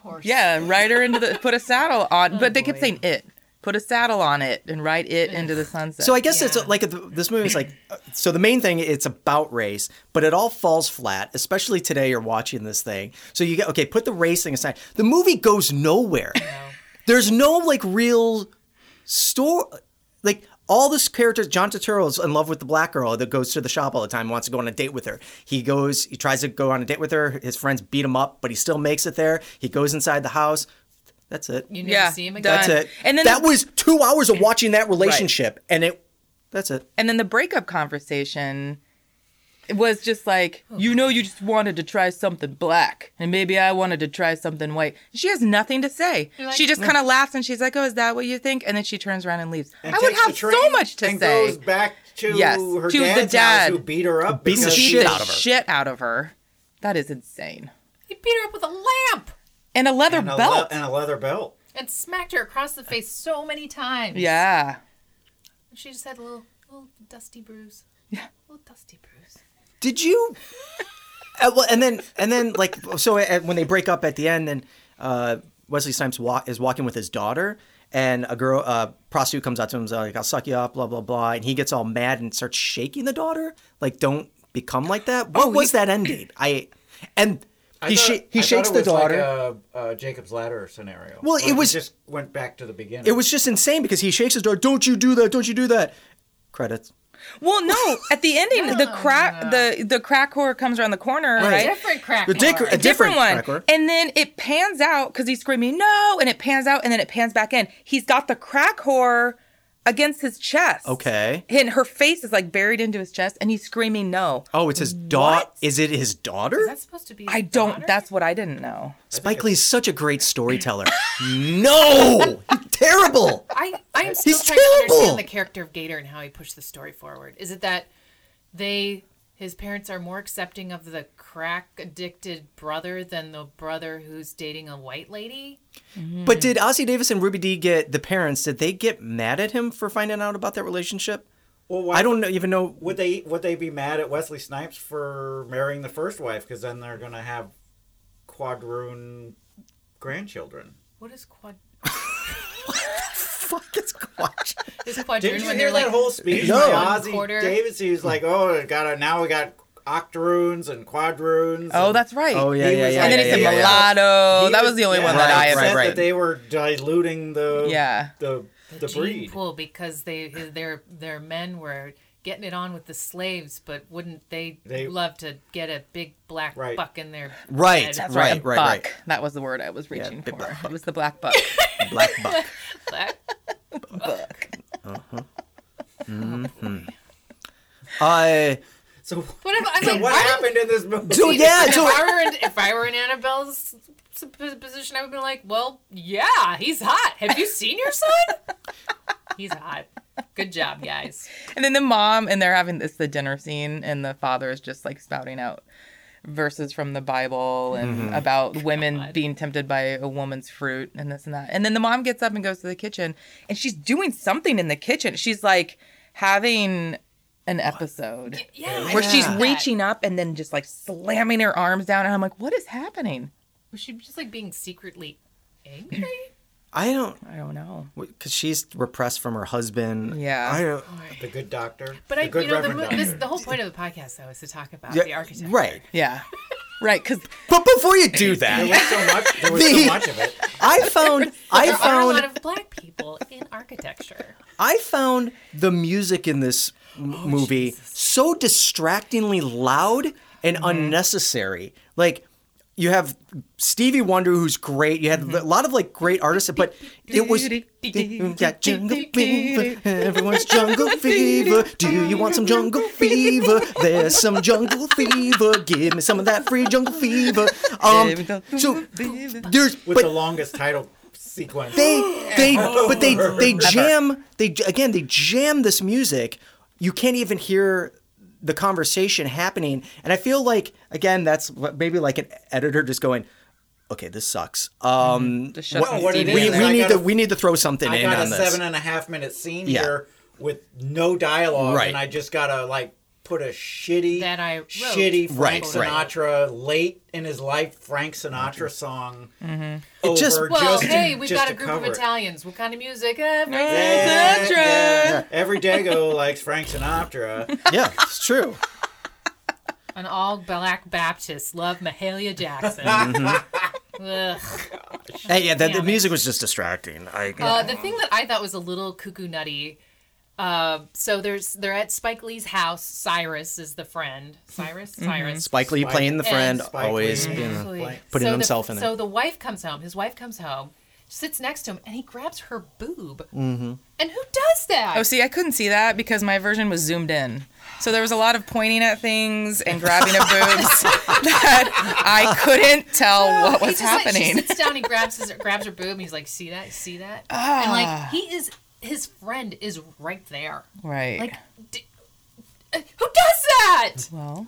G: horse.
H: Yeah, ride her into the put a
G: (laughs)
H: saddle on.
G: Oh,
H: but they kept saying it. Put a saddle on it and ride it into the sunset.
B: So I guess it's like th- this movie is like uh, so the main thing it's about race, but it all falls flat. Especially today, you're watching this thing, so you get okay. Put the race thing aside. The movie goes nowhere. There's no like real story. Like all this characters, John Turturro is in love with the black girl that goes to the shop all the time, wants to go on a date with her. He goes, he tries to go on a date with her. His friends beat him up, but he still makes it there. He goes inside the house. That's it.
G: You never
H: yeah,
G: see him again.
H: done.
B: That's it.
H: And then
B: that
H: the,
B: was two hours of watching that relationship, and it. That's it.
H: and then the breakup conversation was just like,
G: Oh,
H: you know, you just wanted to try something black, and maybe I wanted to try something white. She has nothing to say. she just kind of laughs and she's like, "Oh, is that what you think?c?" And then she turns around and leaves. I would
F: Takes the
H: have so
F: train
H: much to
F: and
H: say.
F: goes back to
H: Yes,
F: her
H: to the
F: dad's
H: dad.
F: house who beat her up.
B: Beats the
F: because she-
B: shit
H: the
B: out of her.
H: Shit out of her. That is insane.
G: He beat her up with a lamp
H: And a leather
F: and a
H: belt.
F: le- and a leather belt.
G: and smacked her across the face so many times.
H: yeah.
G: She just had a little, little dusty bruise. Yeah. Little dusty bruise.
B: Did you? uh, well, and then and then like so uh, when they break up at the end, and uh, Wesley Snipes wa- is walking with his daughter, and a girl uh, prostitute comes out to him and is like, "I'll suck you up," blah blah blah, and he gets all mad and starts shaking the daughter, like, "Don't become like that." What was that end date? I and
F: I
B: he
F: thought-
B: sha- he
F: I thought
B: shakes
F: it
B: the
F: was like
B: daughter.
F: a- a Uh, Jacob's ladder scenario.
B: Well,
F: where
B: it
F: he
B: was-
F: just went back to the beginning.
B: it was just insane because he shakes his daughter. Don't you do that? Don't you do that? Credits.
H: Well, no. At the ending, the crack the the crack whore comes around the corner, right?
G: Different crack.
B: The dick,
G: mark.
B: a different,
H: one.
B: cracker.
H: And then it pans out because he's screaming no, and it pans out, and then it pans back in. He's got the crack whore against his
B: Oh.
H: chest.
B: Okay.
H: And her face is like buried into his chest, and he's screaming no.
B: Oh, it's his daughter. Is it his daughter?
G: That's supposed to be.
H: I don't. That's what I didn't know.
B: Spike Lee's such a great (laughs) storyteller. no, He's (laughs) terrible.
G: I, I am still
B: He's
G: trying to
B: terrible.
G: understand the character of Gator and how he pushed the story forward. Is it that they
H: his parents are more accepting of the crack addicted brother than the brother who's dating a white lady.
B: Mm.
G: But did Ozzy Davis and Ruby Dee get the parents? Did they get mad at him for finding out about that relationship?
F: Well,
G: I don't know, even know.
F: Would they would they be mad at Wesley Snipes for marrying the first wife? Because then they're gonna have quadroon grandchildren.
H: What
F: (laughs)
H: is quad?
G: (laughs) Fuck, it's quad.
H: Is quadroon
F: Didn't you
H: when
F: hear
H: they're
F: that
H: like
F: whole speech
H: no.
F: by Ozzy
H: quarter?
F: Davis? He was like, "Oh, we got a, now we got octoroons and quadroons."
B: Oh,
F: and
B: that's right. Oh, yeah,
F: he
B: yeah,
F: was
B: yeah, And then he yeah, said yeah, yeah. mulatto. That was the only one that I
F: upset
B: ever-
F: That they were diluting the
B: Yeah.
F: the the
H: gene
F: breed.
H: pool because they their their men were getting it on with the slaves, but wouldn't they,
B: They-
H: love to get a big black
B: Right.
H: buck in their
G: Right,
H: head?
B: That's
G: right,
B: right, a
G: right,
B: buck.
G: right.
B: That was the word I was reaching
G: big
B: for.
G: black
B: It was the
H: (laughs)
B: black buck.
G: black buck.
H: Black
B: buck.
G: Uh-huh. hmm Uh,
F: so
H: What if, I'm
F: So
H: like,
F: what
H: why-
F: happened in this movie? (laughs)
G: So, yeah,
H: if,
G: so-
H: I were in, if I were in Annabelle's s- p- position, I would be like, well, yeah, he's hot. Have you seen your son?
G: (laughs)
H: he's hot. Good job, guys.
B: And then the mom and they're having this the dinner scene and the father is just like spouting out verses from the Bible and
F: Mm-hmm.
H: Mhm.
B: about women being tempted by a woman's fruit and this and that. And then the mom gets up and goes to the kitchen and she's doing something in the kitchen. She's like having an episode
H: yeah,
B: where
H: I
B: she's
H: noticed that.
B: reaching up and then just like slamming her arms down and I'm like what is happening?
H: Was she just like being secretly angry?
G: I don't.
B: I don't know.
G: Because she's repressed from her husband.
B: Yeah.
G: I don't.
F: The good doctor.
H: But
F: the
H: I,
F: good
H: you know, the,
F: reverend doctor.
H: mo- this, the whole point of the podcast though is to talk about
G: Yeah,
H: the architecture.
G: Right.
B: Yeah. Right, because
G: but before you do that,
F: There was so much. There was
G: The-
F: so much of it.
G: (laughs) I found I
H: there are a
G: found
H: lot of black people in architecture.
G: I found the music in this m- movie so distractingly loud and unnecessary. Like you have Stevie Wonder, who's great. You had a lot of like great artists, but it was yeah, jungle fever. Everyone's jungle fever. Do you want some jungle fever? There's some jungle fever. Give me some of that free jungle fever. Um, so there's
F: with
G: but-
F: the longest title sequence.
G: they they but they they
F: Ever.
G: jam they j- again they jam this music you can't even hear the conversation happening and i feel like again that's what- maybe like an editor just going okay this sucks um
B: Just
F: shove some
G: we,
F: Stevie
G: we
F: in there. I
G: need
F: gotta-
G: to we need to throw something
F: I
G: in
F: got a
G: on this
F: seven and a half minute scene
G: Yeah.
F: here with no dialogue,
G: Right.
F: and I just gotta like put a shitty that I shitty
G: Right,
F: Frank
G: right.
F: Sinatra late in his life Frank Sinatra song.
G: Mhm.
F: Over
G: It just-
H: Well,
F: to-
H: hey, we've
F: just
H: got a
F: to
H: group of
F: cover it. Eh.
H: Italians. What kind of music? Eh, Every
F: Yeah, yeah.
H: Sinatra.
F: Every Dago likes Frank Sinatra.
G: yeah, it's true.
H: An all black Baptist love Mahalia
F: (laughs)
H: Jackson.
G: Mhm.
F: Mm-hmm.
H: Ugh.
G: Hey, yeah that, the
H: Damn it.
G: music was just distracting i
H: Uh, the thing that I thought was a little cuckoo nutty. Uh, so there's they're at Spike Lee's house. Cyrus is the friend. Cyrus,
F: Mm-hmm.
G: Mhm.
H: Cyrus.
G: Spike Lee playing the
H: And-
G: friend, Spike Lee. always, you know,
H: Exactly.
G: putting
H: So the-
G: himself in it.
H: So the wife comes home. His wife comes home, sits next to him, and he grabs her boob.
B: Mm-hmm.
H: And who does that?
B: Oh, see, I couldn't see that because my version was zoomed in. So there was a lot of pointing at things and grabbing of
H: (laughs)
B: boobs that I couldn't tell what
H: He
B: was
H: just, like,
B: happening.
H: she sits down. He grabs his grabs her boob, and he's like, "See that? See that?"
B: Ah.
H: And like he is, his friend is right there.
B: right.
H: Like, d- uh, who does that?
B: Well,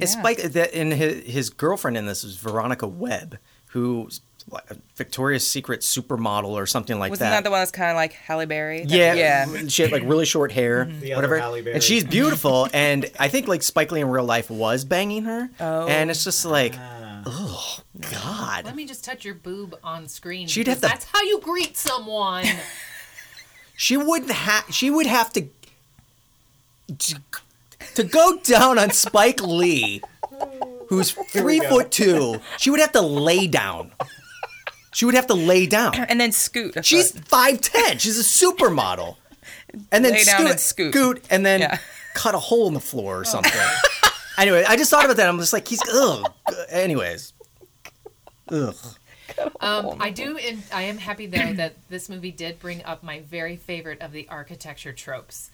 G: It's Spike that and his, his girlfriend in this is Veronica Webb, who's like a Victoria's Secret supermodel or something like
B: wasn't that. the one that's kind of like Halle Berry?
G: yeah,
B: Yeah. Mm-hmm.
G: She had like really short hair,
B: The other
G: whatever.
B: Halle Berry.
G: And she's beautiful, and I think like Spike Lee in real life was banging her,
B: Oh.
G: and it's just like, oh God.
H: Let me just touch your boob on screen.
G: She'd
H: She'd
G: have
H: have
G: to-
H: That's how you greet someone.
G: She wouldn't have. She would have to, to to go down on Spike Lee, who's
B: Here we
G: three
B: go.
G: foot two. She would have to lay down. She would have to lay
B: (laughs)
G: down
B: and then scoot.
G: She's five ten. She's a supermodel. And then
B: Lay
G: scoot,
B: down and scoot. Oh.
G: and then cut a hole in the floor or something. anyway, I just thought about that. I'm just like, he's ugh. Anyways, ugh.
H: um, I do. And I am
G: (clears throat)
H: happy though that this movie did bring up my very favorite of the architecture tropes.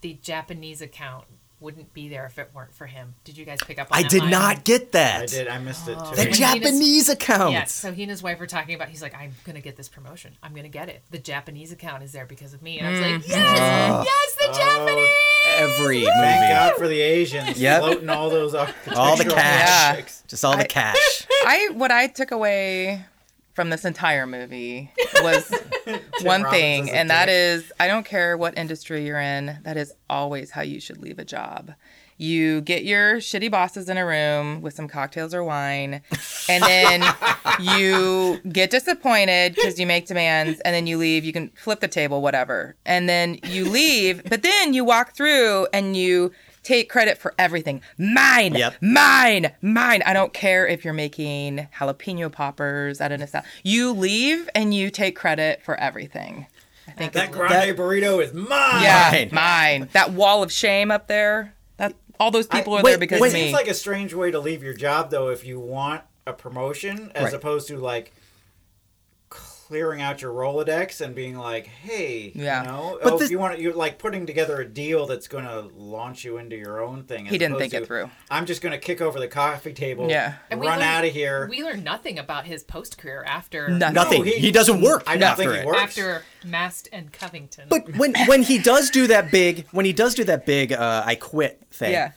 H: The Japanese account wouldn't be there if it weren't for him. Did you guys pick up? on
G: I
H: that
G: did
H: line?
G: not get that.
F: I did. I missed it too.
B: Oh.
G: The
H: When he and his-
G: Japanese account.
H: Yes. So he and his wife were talking about. He's like, "I'm gonna get this promotion. I'm gonna get it. The Japanese account is there because of me." And I was like,
G: Mm.
H: "Yes,
G: Oh.
H: yes, the
G: Oh,
H: Japanese."
F: every movie.
B: Thank God for the Asians
F: Yep.
B: floating all those
F: all the
B: architectural
F: cash,
B: metrics.
F: just all the cash.
H: I what I took away from this entire movie
L: (laughs)
H: was one
L: Robbins
H: thing,
L: is a
H: and that
L: dick.
H: is I don't care what industry you're in, that is always how you should leave a job. You get your shitty bosses in a room with some cocktails or wine, and then you get disappointed because you make demands, and then you leave. You can flip the table, whatever. And then you leave, but then you walk through and you take credit for everything. Mine,
L: Yep.
H: mine, mine. I don't care if you're making jalapeno poppers out of nostalgia. You leave and you take credit for everything. I think
B: That grande burrito is mine.
H: Yeah, mine. That wall of shame up there. That all those people are there because
B: it
H: of me.
B: seems like a strange way to leave your job though if you want a promotion as
H: Right.
B: opposed to like clearing out your Rolodex and being like, hey,
H: Yeah.
B: you know,
H: But
B: oh,
H: this-
B: if you want you're like putting together a deal that's going to launch you into your own thing.
H: He
B: as
H: didn't
B: opposed
H: think it
B: to,
H: through.
B: I'm just going to kick over the coffee table,
H: Yeah.
G: And we
B: run
G: learned-
B: out of here.
G: We learned nothing about his post career after
F: Nothing. Nothing. He- He doesn't work I don't after think he it. works.
G: After Mast and Covington.
F: But when when he does do that big when he does do that big uh, I quit thing,
G: Yeah.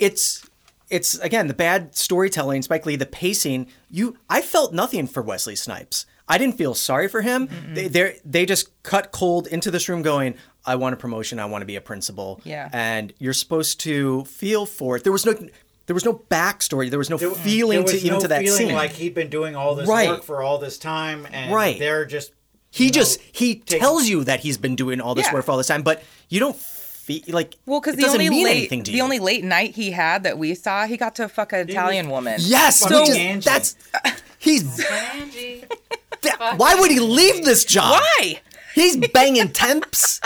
F: it's it's again the bad storytelling, Spike Lee, the pacing. You, I felt nothing for Wesley Snipes. I didn't feel sorry for him. They they they just cut cold into this room, going, "I want a promotion. I want to be a principal."
H: Yeah.
F: and you're supposed to feel for it. There was no there was no backstory. There was no
B: There-
F: feeling
B: there was
F: to even
B: no
F: to that
B: feeling
F: scene.
B: Like he'd been doing all this
F: Right.
B: work for all this time, and
F: Right.
B: they're just
F: he just he tells you that he's been doing all this
H: Yeah.
F: work for all this time, but you don't feel like
H: well, because
F: it
H: the
F: doesn't
H: only
F: mean
H: late
F: anything to
H: the
F: you.
H: only late night he had that we saw, he got to fuck an Italian woman.
F: Yes,
H: so
F: which is- that's he's
G: Angie.
F: Why would he leave this job?
H: Why?
F: He's banging temps.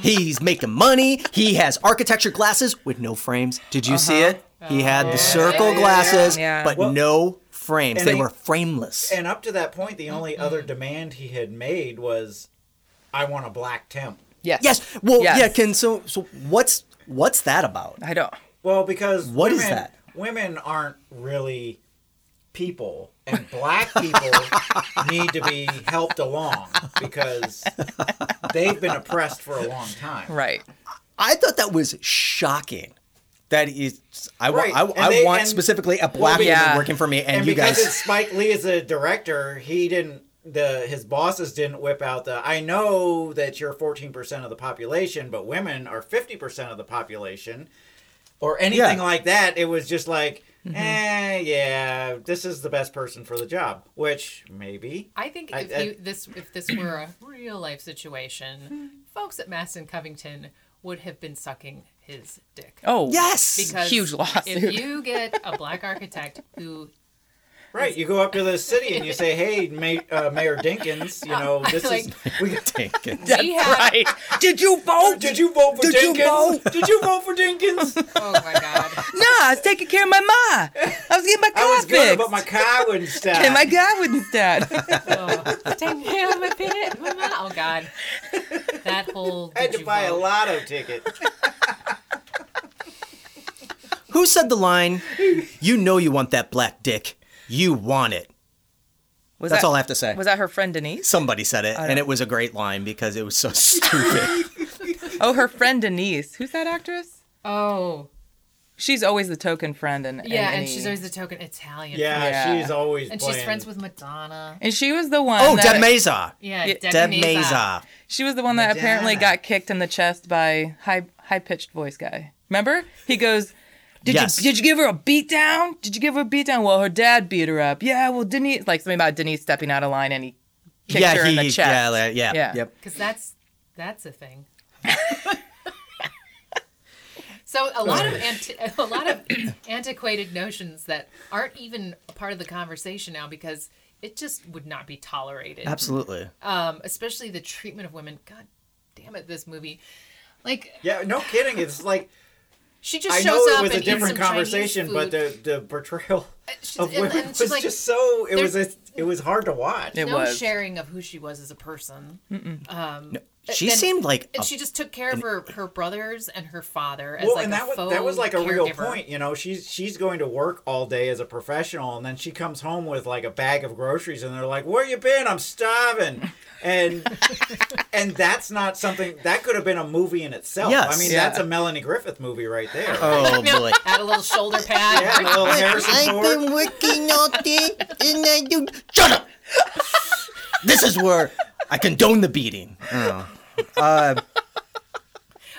F: He's making money. He has architecture glasses with no frames. Did you see it? He had the circle
B: Uh-huh. yeah,
F: glasses,
B: yeah.
F: but
B: Well,
F: no frames.
B: and
F: They
B: he-
F: were frameless.
B: And up to that point, the
H: Mm-hmm.
B: only other demand he had made was, "I want a black temp."
H: Yes.
F: Yes. Well,
B: Yes.
F: yeah. Can so so what's what's that about?
H: I don't.
B: Well, because
F: What is
B: women,
F: that?
B: Women aren't really people, and black
F: (laughs)
B: people need to be helped along because they've been oppressed for a long time.
H: Right.
F: I thought that was shocking. That is, I
B: Right,
F: want
B: and
F: I,
B: they-
F: want
B: and-
F: specifically a
B: well,
F: black woman
B: because-
F: working for me, and, you
B: because
F: guys.
B: it's Spike Lee is a director, he didn't the his bosses didn't whip out the I know that you're 14% of the population, but women are 50% of the population or anything
H: Yeah.
B: like that. It was just like, eh, yeah, this is the best person for the job, which maybe.
G: I think if you, this if this were a real life situation, folks at Mass and Covington would have been sucking his dick.
H: Oh. Yes!
G: because
H: Huge lawsuit.
G: If you get a black architect
H: (laughs)
G: who
B: Right, you go up to the city and you say, "Hey, May, uh, Mayor Dinkins,
F: (laughs)
B: you know this is we
F: Dinkins.
G: That's We have- right.
H: Did you vote?
B: Did you vote for
H: Did you
B: Dinkins?
H: vote?
B: Did you vote for Dinkins?
F: (laughs)
H: No, I was taking care of my ma. I was getting my car
B: I was good,
H: fixed.
B: but my car
F: (laughs)
B: wouldn't stop.
H: and my guy wouldn't stat.
G: take me out of my pit, mama. Oh God, that whole
B: I had to buy a lotto ticket.
F: (laughs) Who said the line? You know you want that black dick. You want it.
H: Was
F: That's
H: that-
F: all I have to say.
H: Was that her friend Denise?
F: Somebody said it,
H: I
F: and
H: don't-
F: it was a great line because it was
H: (laughs)
F: so stupid.
H: Oh, her friend Denise. Who's that actress?
G: Oh.
H: She's always the token friend, and
G: yeah, and she's always the token Italian.
H: Yeah,
G: friend.
H: she's always
G: and she's
H: playing-
G: friends with Madonna.
H: and she was the one.
F: Oh,
H: that,
F: Deb Mazar.
G: Yeah, uh,
H: Ye-
G: Deb Deb Mazar. Mazar.
H: She was the one that apparently got kicked in the chest by high high pitched voice guy. Remember? He goes. Did
F: Yes.
H: you did you give her a beat down? Did you give her a beat down? Well, her dad beat her up. Yeah, well, Denise like something about Denise stepping out of line and he kicked
F: Yeah,
H: her in the
F: he-
H: chest.
F: yeah, like- yeah, yep.
G: Because that's that's a thing. so a lot of anti- a lot of antiquated notions that aren't even a part of the conversation now because it just would not be tolerated.
F: Absolutely.
G: Um, especially the treatment of women. God damn it, this movie. Like
B: Yeah, no kidding. It's like
G: she just
B: I
G: shows
B: know
G: up
B: it was
G: and
B: a different
G: eats some
B: conversation, but
G: Chinese food.
B: the the portrayal
H: Uh,
G: she's-
B: of
G: and-
B: women
G: and she's
B: was
G: like,
B: just so it was a,
G: there's-
B: it was hard to watch.
G: no sharing of who she was as a person.
F: Mm-mm.
G: Um,
F: No,
G: She
H: then-
G: seemed like
H: and
G: a-
H: she just took care of her, her brothers and her father as
F: well,
H: like
F: and
H: a
F: that was
H: faux
F: that was like a real
H: caregiver. (laughs)
F: point, you know. She's she's going to work all day as a professional, and then she comes home with like a bag of groceries, and they're like, "Where you been? I'm starving," and and that's not something that could have been a movie in itself.
G: Yes.
F: I mean
G: Yeah.
F: that's a Melanie Griffith movie right there.
G: Oh, (laughs) boy.
H: Add a little shoulder pad.
F: Yeah, a little Harrison Ford.
G: been working all day and I do. Shut up! This is where I condone the beating. Oh. Uh,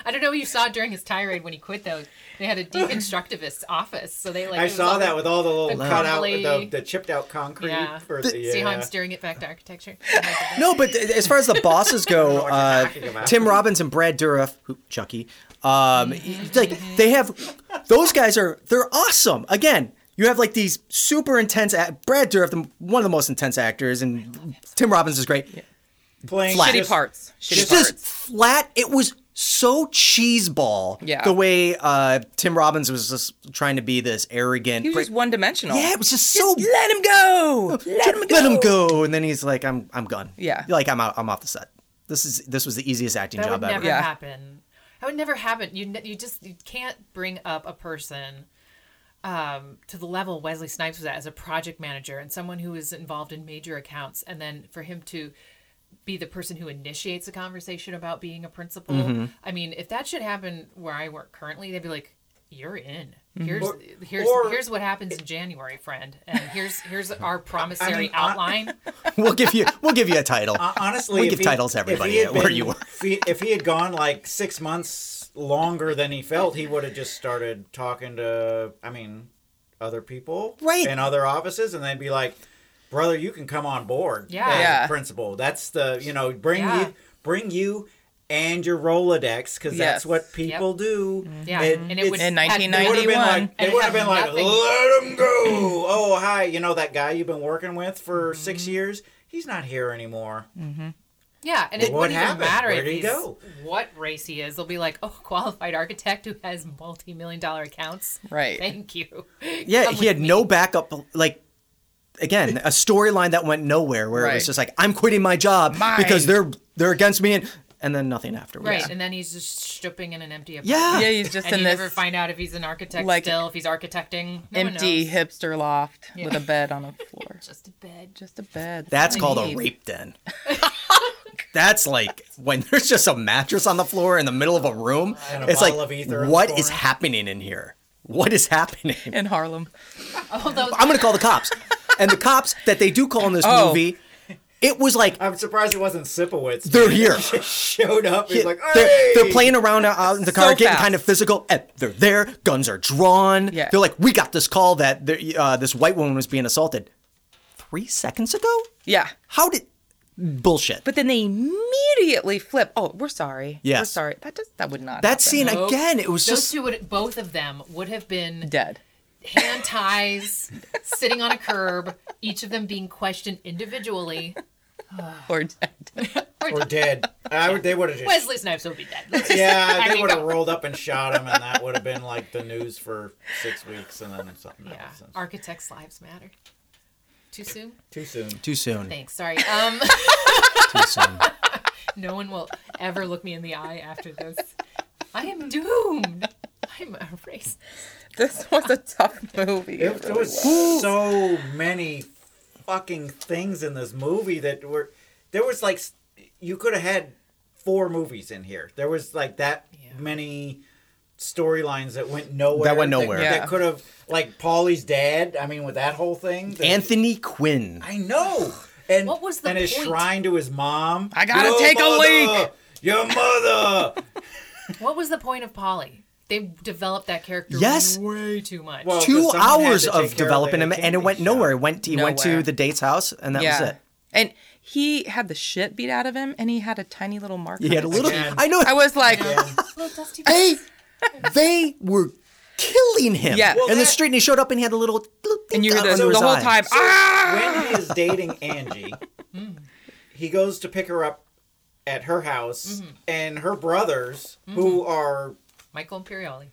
H: I don't know what you saw during his tirade when he quit though. They had a deconstructivist office, so they like.
F: I
H: it was
F: saw
H: all
F: that with all the little cut out,
H: crumbly-
F: the, the chipped out concrete.
H: yeah.
F: For the, uh,
H: See how
F: yeah.
H: I'm steering it back to architecture?
G: no, but th- as far as the bosses go, uh,
H: about.
G: Tim Robbins and Brad Dourif, who, Chucky, um, y- like they have those guys are they're awesome. Again, you have like these super intense. ac Brad Dourif, the, one of the most intense actors, and Tim Robbins is great.
F: Playing
G: Flat.
B: shitty parts. Shitty
G: Just
B: parts.
G: flat. It was so cheeseball.
B: Yeah.
G: The way uh, Tim Robbins was just trying to be this arrogant.
B: He was just one dimensional.
G: Yeah, it was just so.
B: let him go. Let him go.
G: Let him go, and then he's like, "I'm, I'm gone."
B: Yeah.
G: like I'm out. I'm off the set. This is this was the easiest acting
H: that
G: job
H: would
G: ever.
H: never happen. That would never happen. You ne- you just you can't bring up a person um, to the level Wesley Snipes was at as a project manager and someone who is involved in major accounts, and then for him to be the person who initiates a conversation about being a principal.
M: Mhm.
H: I mean, if that should happen where I work currently, they'd be like, "You're in. Here's
F: Or-
H: here's
F: or-
H: here's what happens in January, friend, and here's here's
F: (laughs) I
H: our
F: mean, I-
H: promissory
F: (laughs)
H: outline."
G: we'll give you we'll give you a title.
F: Uh, honestly,
G: we
F: if
G: give
F: he-
G: titles to
F: if he
G: everybody
F: had
G: at where
F: been-
G: you were.
F: If he, if he had gone like six months longer than he felt, he would have just started talking to, I mean, other people,
G: Right.
F: in other offices, and they'd be like, "Brother, you can come on board,
H: Yeah.
F: as a
H: Yeah.
F: principal. That's the you know bring
H: Yeah.
F: you bring you." And your Rolodex, because
B: Yes.
F: that's what people do.
H: Yeah,
F: it's-
H: and it would-
B: In
F: They would have been
B: 1991.
F: like, they would have been like, let him go. Oh, hi. You know that guy you've been working with for six years? He's not here anymore.
H: Yeah, and it
F: What
H: wouldn't even
F: happened?
H: matter
F: Where
H: if
F: did he
H: he's,
F: go?
H: what race he is. They'll be like, "Oh, qualified architect who has multi-million dollar accounts."
G: Right.
H: Thank you.
G: Yeah,
H: Come
G: he
H: with
G: had no backup. Like again, a storyline that went nowhere, where it
H: Right.
G: was just like, "I'm quitting my job because they're they're against me," and and then nothing afterwards.
H: Right, and then he's just stripping in an empty apartment.
G: Yeah. Yeah, he's just
H: and
B: in
H: you
B: this,
H: never find out if he's an architect
B: like,
H: still, if he's architecting. No one
B: Empty
H: knows.
B: hipster loft
H: Yeah.
B: with a bed
H: (laughs)
B: on a floor.
H: just a bed.
B: Just a bed.
G: That's
B: what I
G: called a
B: need. (laughs)
G: rape den. That's like when there's just a mattress on the floor in the middle of a room.
B: And a
G: it's like,
B: bottle of ether on the
G: what
B: floor.
G: is happening in here? What is happening?
B: in
H: (laughs)
B: Harlem.
H: Although
G: I'm gonna call the
H: (laughs)
G: cops. And the cops that they do call in this
F: Oh.
G: movie, it was like
F: I'm surprised it wasn't Sipowicz.
G: They're here.
F: Just showed up. He's
G: Yeah,
F: like, "Oh,
G: they're,
F: "Hey!"
G: they're playing around out- out in the
F: So
G: car, getting
F: fast.
G: kind of physical. and They're there, guns are drawn.
B: Yeah.
G: They're like, we got this call that the- uh, this white woman was being assaulted three seconds ago.
B: Yeah.
G: How did bullshit?
B: But then they immediately flip. Oh, we're sorry. We're
G: Yes.
B: sorry. That does that would not.
G: That
B: happen.
G: scene again, it was
H: Those
G: just
H: two would both of them would have been
B: dead.
H: hand ties, sitting on a curb, each of them being questioned
G: (laughs)
H: individually.
B: or dead. (laughs)
F: or dead. I would, they would have just.
H: Wesley Snipes would be dead. Let's just- I
F: Yeah, they
H: mean,
F: would have
H: come-
F: rolled up and shot him, and that would have been like the news for six weeks, and then something
H: Yeah,
F: else.
H: architects' lives matter. Too soon.
F: Too soon.
G: Too soon.
H: Thanks. Sorry.
F: (laughs)
H: Um,
G: Too soon.
H: (laughs) no one will ever look me in the eye after this. I am doomed. I'm a race.
B: (laughs) This was a tough movie.
F: It, there was so many fucking things in this movie that were. There was like, s- you could have had four movies in here. There was like that many storylines that went nowhere.
G: That went nowhere.
F: That,
G: Yeah.
F: could have like Paulie's dad. I mean, with that whole thing. that-
G: Anthony Quinn.
F: I know. And what was
H: the
F: and his
H: point?
F: shrine to his mom. I
H: gotta take a leak.
F: Your
H: (laughs)
F: mother.
H: What was the point of Polly? They developed that character
G: Yes.
H: way too much.
G: Two hours of developing him, and it went nowhere. It went he went to
B: Nowhere.
G: the date's house, and that was it.
B: And he had the shit beat out of him, and he had a tiny little mark.
G: He
B: on
G: had a
B: his
G: little-
B: chin.
G: I know.
B: I was like,
G: They, they were killing him
B: Yeah. Well,
G: in the
B: that-
G: street, and he showed up, and he had a little. little
B: And you
G: thing
B: hear the-
G: under
B: the
G: his
B: whole
G: eye.
B: time, "Ah!"
F: So when he is dating Angie, he goes to pick her up
G: Mm-hmm.
F: at her house, and her brothers, who are
H: Michael Imperioli.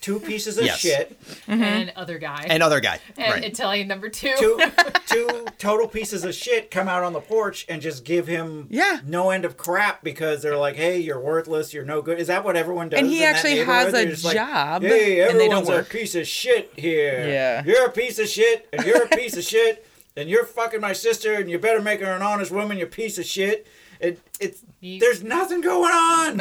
H: two pieces of
F: Yes.
H: shit,
B: Hmm.
G: and other guy
F: And other guy,
G: and
F: right.
G: Italian number two.
H: two two total pieces of shit come out on the porch and just give him yeah. no end of crap because they're like, hey, you're worthless, you're no good. Is that what everyone does?
B: And he
H: in that
B: actually has
H: neighborhood?
B: a
H: They're just like,
B: job,
H: Hey,
B: and they don't
H: everyone's a
B: work."
H: piece of shit here.
B: Yeah.
H: you're a piece of shit, and you're a piece of shit, and you're fucking my sister, and you better make her an honest woman. You piece of shit. It, it's there's nothing going on.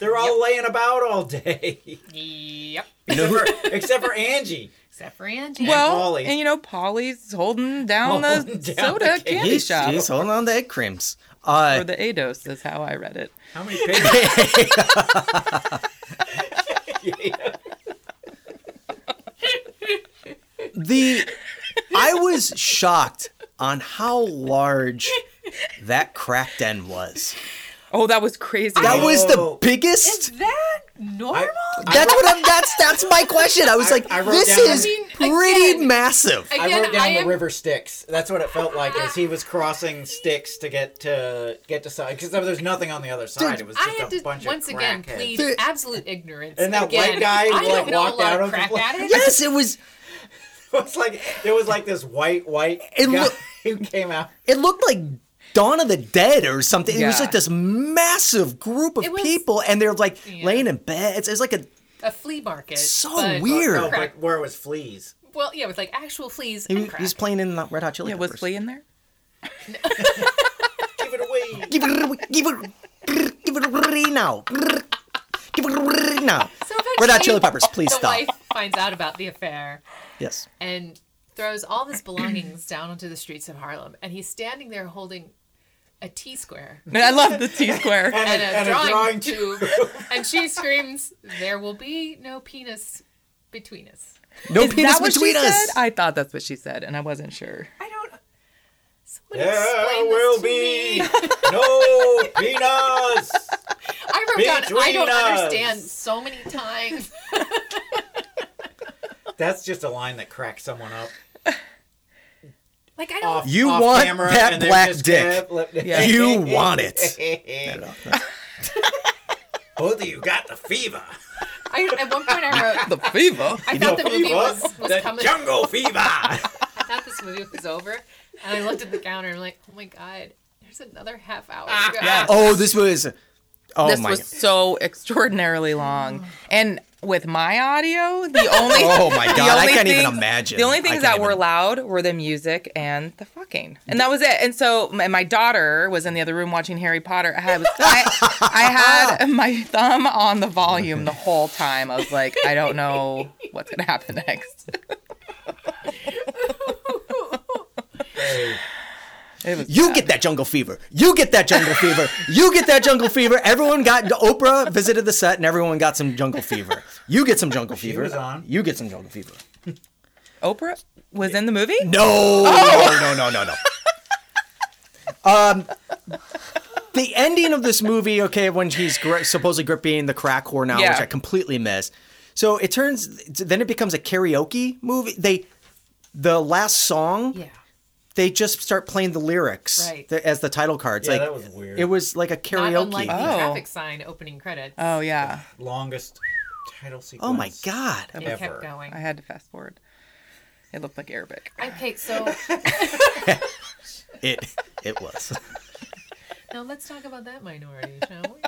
H: They're all laying about all day.
G: Yep.
H: Except for, except for Angie.
G: Except for Angie.
B: well,
H: Polly.
B: and you know, Polly's holding down the
H: Holding down
B: soda
H: the
B: candy
F: he's,
B: shop.
F: he's holding on to egg creams. Uh,
B: or the ADOS is how I read it.
H: How many pages?
F: the I was shocked on how large that crack den was.
B: Oh, that was crazy.
F: That was the
H: Oh.
F: biggest.
G: that normal?
F: That's what I'm. That's that's my question. I was like,
H: I wrote
F: this
H: down-
F: is
H: I
F: pretty massive.
H: I
G: Again,
H: wrote down
G: I
H: the
G: am-
H: river Styx. That's what it felt like as he was crossing Styx to get to get to side because there was nothing on the other side. It was
G: I
H: just a
G: had to
H: bunch
G: once
H: of
G: again
H: crackheads.
G: plead absolute ignorance.
H: And that
G: again.
H: white guy who,
G: I
H: like,
G: don't know a
H: walked
G: lot of
H: out of the
G: crack
H: place.
G: addicts.
F: Yes, it was.
H: (laughs) It was like there was like this white white
F: It
H: guy
F: look-
H: (laughs) who came out.
F: It looked like Dawn of the Dead or something. It was
H: Yeah.
F: like this massive group of
G: It was-
F: people, and they're like laying in bed. It's, it's like a
G: A flea market.
F: So
G: but-
F: weird.
H: No,
G: Crack-
H: but where it was fleas.
G: Well, yeah, with like actual fleas
F: he,
G: and
F: was-
G: crack.
F: he was playing in the Red Hot Chili. Yeah, was
B: Flea in there?
H: Give it away.
F: Give it, away- give it, give it away now. Give it away now.
G: So
F: Red
H: (laughs)
F: Hot
G: eventually
F: Chili Peppers, please
G: the
F: stop.
G: wife finds out about the affair
F: Yes.
G: and throws all his belongings down onto the streets of Harlem. And he's standing there holding a T square
B: (laughs) I love the T square.
G: and, a,
H: and a
G: drawing
H: drawing
G: tube. (laughs) and she screams, There will be no penis between us.
F: No
B: Is
F: penis
B: that what she
F: between us.
B: said? I thought that's what she said, and I wasn't sure.
G: Someone explain this to me.
H: no
G: (laughs)
H: penis.
G: I wrote down, I
H: Between
G: don't
H: us."
G: understand so many times.
H: That's just a line that cracks someone up.
G: Like, I don't.
H: Off,
F: You
H: off
F: want
H: camera,
F: that
H: and they're
F: black
H: just
F: dick.
H: gonna- (laughs)
F: Yeah. You want it.
H: Both of you got the fever.
G: I, at one point, I wrote,
B: The (laughs) fever.
G: I thought the
H: The
G: movie
H: fever,
G: was, was
H: the
G: coming.
H: jungle fever.
G: I thought this movie was over, and I looked at the counter and I'm like, oh my god, there's another half hour.
H: Ah.
G: to go."
F: Oh, this was. Oh
B: this
F: my.
B: was so extraordinarily
G: (sighs)
B: long, and with my audio, the only
F: Oh my
B: the
F: God, I
B: only
F: can't even
B: things-
F: imagine.
B: The only
F: I
B: things
F: can't
B: that
F: even-
B: were loud were the music and the fucking, and that was it. And so my, my daughter was in the other room watching Harry Potter. I had, I, I had my thumb on the volume the whole time. I was like, I don't know what's gonna happen next. It was
F: You get that jungle fever. You get that jungle fever. You get that jungle fever. Everyone got Oprah visited the set and everyone got some jungle fever. You get some jungle fever.
H: was on.
F: You get some jungle fever.
B: Oprah was in the movie. Oh!
F: No, no, no, no, no, no. Um, the ending of this movie, okay, when he's gri- supposedly gripping the crack whore now,
B: Yeah.
F: which I completely missed. So it turns, then it becomes a karaoke movie. They, the last song,
G: Yeah.
F: they just start playing the lyrics
G: Right.
F: th- as the title cards.
H: Yeah,
F: like
H: that was weird.
F: It was like a
G: Not
F: karaoke.
G: unlike the
B: Oh.
G: traffic sign opening credits.
B: Oh yeah,
H: Longest title sequence.
F: Oh my god!
G: it
H: ever.
G: kept going.
B: I had to fast forward. It looked like Arabic.
G: Okay, so
F: (laughs) It it was.
G: (laughs) now let's talk about that minority, shall we?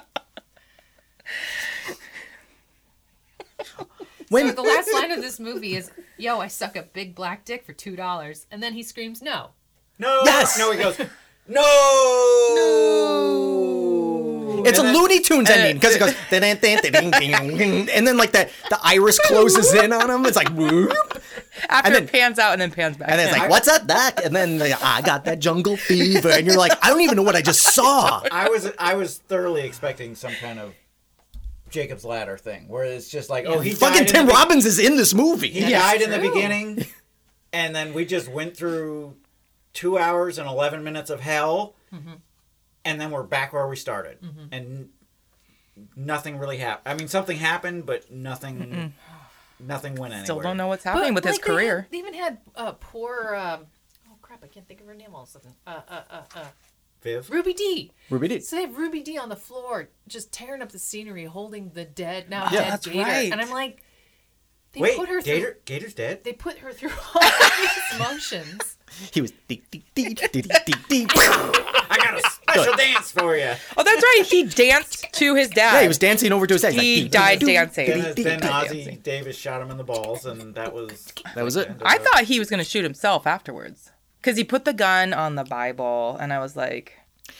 F: When
G: So the last line of this movie is, "Yo, I suck a big black dick for two dollars," and then he screams, "No!"
H: No.
F: Yes!
H: No, he
F: (laughs)
H: goes. No.
F: It's a
H: And then-
F: Looney Tunes ending because it goes "Dun, dun, dun, dun, dun, dun," and then like that the iris closes in on him. It's like whoop,
B: After
F: And then-
B: it pans out and then pans back.
F: and then it's
B: in.
F: like what's up that? And then like, I got that jungle fever, and you're like I don't even know what I just saw.
H: I was I was thoroughly expecting some kind of Jacob's Ladder thing where it's just like, oh, he died
F: Fucking
H: in
F: Tim
H: the,
F: Robbins is in this movie.
H: He died in the
G: true.
H: beginning, and then we just went through two hours and eleven minutes of hell, and then we're back where we started, and nothing really happened. I mean, something happened, but nothing, nothing went anywhere.
B: Still don't know what's happening with his
G: like, they had-
B: career.
G: They, even had uh, poor. Um, oh crap! I can't think of her name. All of a sudden, uh, uh, uh, uh,
H: Viv,
G: Ruby D.
F: Ruby did.
G: So they have Ruby D on the floor, just tearing up the scenery, holding the dead now
F: Yeah,
G: dead
B: that's
G: gator,
B: right.
G: and I'm like, They
F: Wait,
G: put her
F: Gator,
G: through,
F: Gator's dead.
G: They put her through all these
F: (laughs)
G: motions.
B: He was. Dee, dee, dee, dee, dee, dee, dee.
F: I got a special dance for you.
H: Oh, that's right. He danced to his dad.
B: Yeah, he was dancing over to his dad. He's like,
H: He
B: dee, dee,
H: died
B: doo,
H: dancing.
B: dee,
F: Then,
B: dee,
F: then
B: dee.
F: Ozzy Davis shot him in the balls, and that was
B: That was it.
H: I thought he was going to shoot himself afterwards because he put the gun on the Bible, and I was like,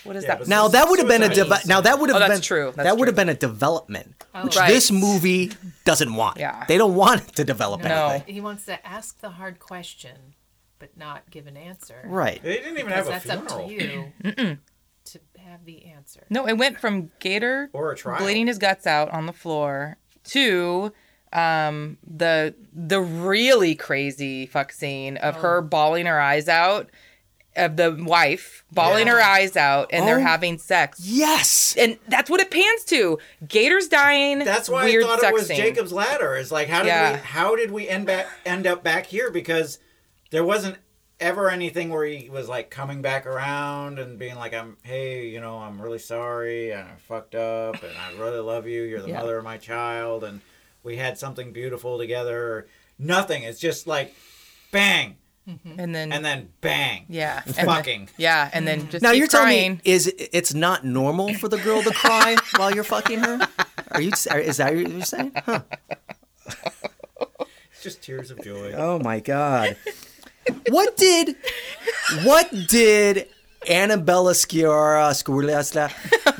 H: "What is that?"
B: Now that would have been a deve- now that would have
H: Oh,
B: been
H: that's true. That's
B: that would have been a development,
G: Oh.
B: which
G: Right.
B: this movie doesn't want.
G: Yeah.
B: They don't want it to develop anything.
G: He wants to ask the hard question, but not give an answer.
B: Right. They
F: didn't even
G: Because
F: have a
G: that's up to
F: funeral.
G: you
H: Mm-mm.
G: to have the answer.
H: No, it went from Gator
F: Or a trial.
H: bleeding his guts out on the floor to um, the the really crazy fuck scene of her
G: Oh.
H: bawling her eyes out of the wife bawling her eyes out and they're
B: Oh.
H: having sex.
B: Yes.
H: And that's what it pans to. Gator's dying.
F: That's why
H: weird
F: I thought
H: sex
F: it was
H: scene.
F: Jacob's Ladder. It's like how did
H: Yeah.
F: we how did we end back end up back here because there wasn't ever anything where he was like coming back around and being like I'm hey you know I'm really sorry and I fucked up and I really love you you're the
H: Yeah.
F: mother of my child and we had something beautiful together nothing it's just like bang
H: and then
F: and then bang
H: Yeah. and then-
F: fucking
H: yeah, and then just
B: now
H: keep
B: you're
H: crying.
B: telling me is it- it's not normal for the girl to cry (laughs) while you're fucking her? Are you are- is that what you're saying? Huh.
F: it's just tears of joy
B: Oh my god. What did what did Annabella Sciara Sciurla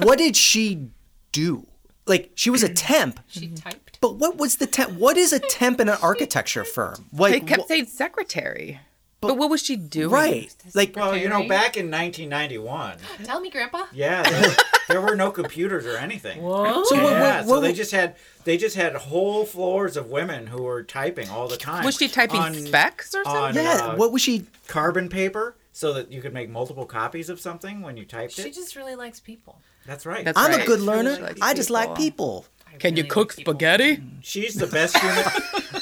B: what did she do? Like she was a temp.
G: She typed.
B: Mm-hmm. But what was the temp what is a temp in an architecture firm?
H: they
B: Like
H: kept saying secretary. But, what was she doing?
B: right. Like
F: well you know back in 1991
G: Tell me, Grandpa.
F: Yeah, there, there were no computers or anything.
G: Whoa.
F: So
G: So what-
F: yeah,
G: what-
F: so
G: what-
F: they just had they just had whole floors of women who were typing all the time.
H: Was she typing specs or something?
B: Yeah, what was she?
F: Carbon paper, so that you could make multiple copies of something when you typed
G: She
F: it.
G: just really likes people.
F: That's right.
B: I'm a good learner. I just like people.
H: Can you cook spaghetti?
F: She's the best human.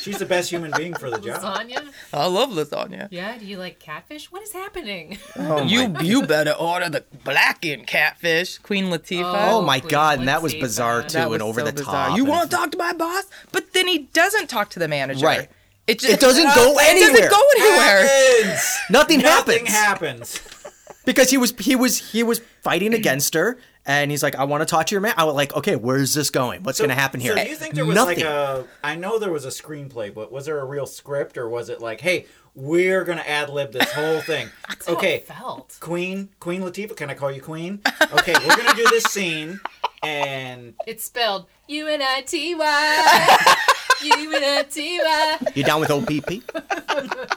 F: she's the best human being for the job.
G: Lasagna?
H: I love lasagna.
G: Yeah, do you like catfish? What is happening?
B: Oh
H: you you better order the blackened catfish, Queen Latifah.
B: Oh, my god, and that was bizarre too and over the top.
H: You
B: and-
H: want to talk to my boss, but then he doesn't talk to the manager.
B: Right.
H: It, just,
B: It doesn't go
H: It
B: anywhere.
H: doesn't go anywhere.
F: Happens.
B: Nothing
F: Nothing
B: happens.
F: happens.
B: because he was he was he was fighting against her and he's like I want to talk to your man. I was like, "Okay, where's this going? What's going to happen here?"
F: So do you think there was
B: Nothing.
F: like a? I know there was a screenplay, but was there a real script or was it like, hey, we're gonna ad lib this whole
B: (laughs)
F: thing?
G: how
F: okay,
G: it felt.
F: Queen, Queen Latifah. Can I call you Queen? Okay, we're gonna do this scene, and
G: It's spelled U N I T Y.
B: (laughs)
G: U N I T Y.
B: You down with OPP?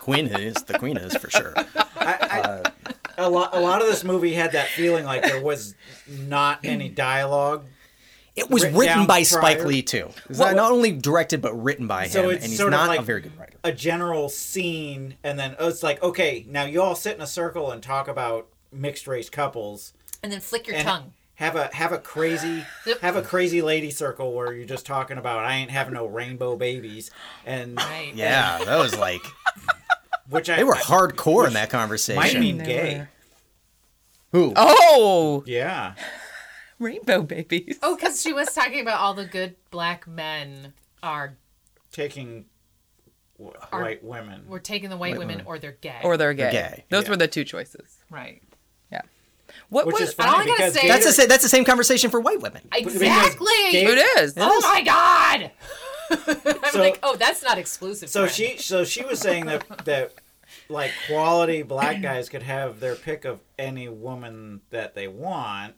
B: Queen is the queen is for sure.
F: a lot. A lot of this movie had that feeling like there was not any dialogue.
B: It was
F: Written
B: written,
F: down
B: by Spike
F: prior.
B: Lee too. It's
F: Well-
B: not only directed but written by
F: So
B: him,
F: it's
B: and he's
F: sort of
B: not
F: like
B: a very good writer.
F: a general scene, and then oh, it's like, okay, now you all sit in a circle and talk about mixed race couples.
G: And then flick your
F: and
G: tongue.
F: Have a have a crazy
G: Yep.
F: have a crazy lady circle where you're just talking about I ain't having no rainbow babies and
G: Right.
B: Yeah, that was like
F: (laughs) which I
B: they were hardcore in
F: which
B: that
F: might
B: conversation.
F: mean gay.
B: Who?
H: Oh,
F: Yeah.
H: rainbow babies.
G: Oh, because she was talking about all the good black men are
F: Taking w-
G: Are-
F: white women.
G: were taking the white, women, or they're gay.
H: Or they're gay.
B: gay,
H: Those
F: yeah.
H: were the two choices.
G: right.
H: What
F: Which
H: was?
F: is
G: I
F: funny
G: only gotta
F: because
G: say-
F: Gator-
B: That's the sa- that's the same conversation for white women.
G: Exactly.
F: gay-
H: it is.
G: Oh my god. I'm
F: So-
G: like, oh, that's not exclusive.
H: (laughs)
F: So
G: friend.
F: she so she was saying that that like quality black guys could have their pick of any woman that they want.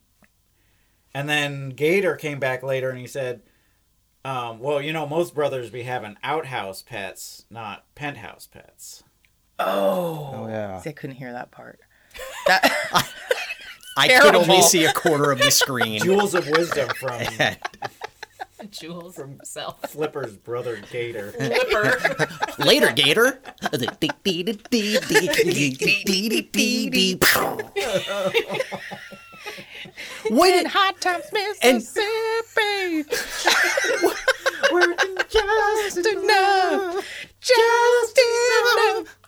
F: And then Gator came back later and he said, um, well, you know, most brothers be having outhouse pets, not penthouse pets.
H: Oh,
B: yeah.
H: See, I couldn't hear
B: (laughs)
H: that part. That
B: I could only
H: Terrible.
B: see a quarter of the screen.
F: Jewels of wisdom
B: (laughs)
F: from
G: Jules himself. (laughs)
F: Flipper's brother Gator.
G: Flipper.
B: Later, Gator. (laughs) what?
H: in hot times, (laughs) Mississippi. Working just enough,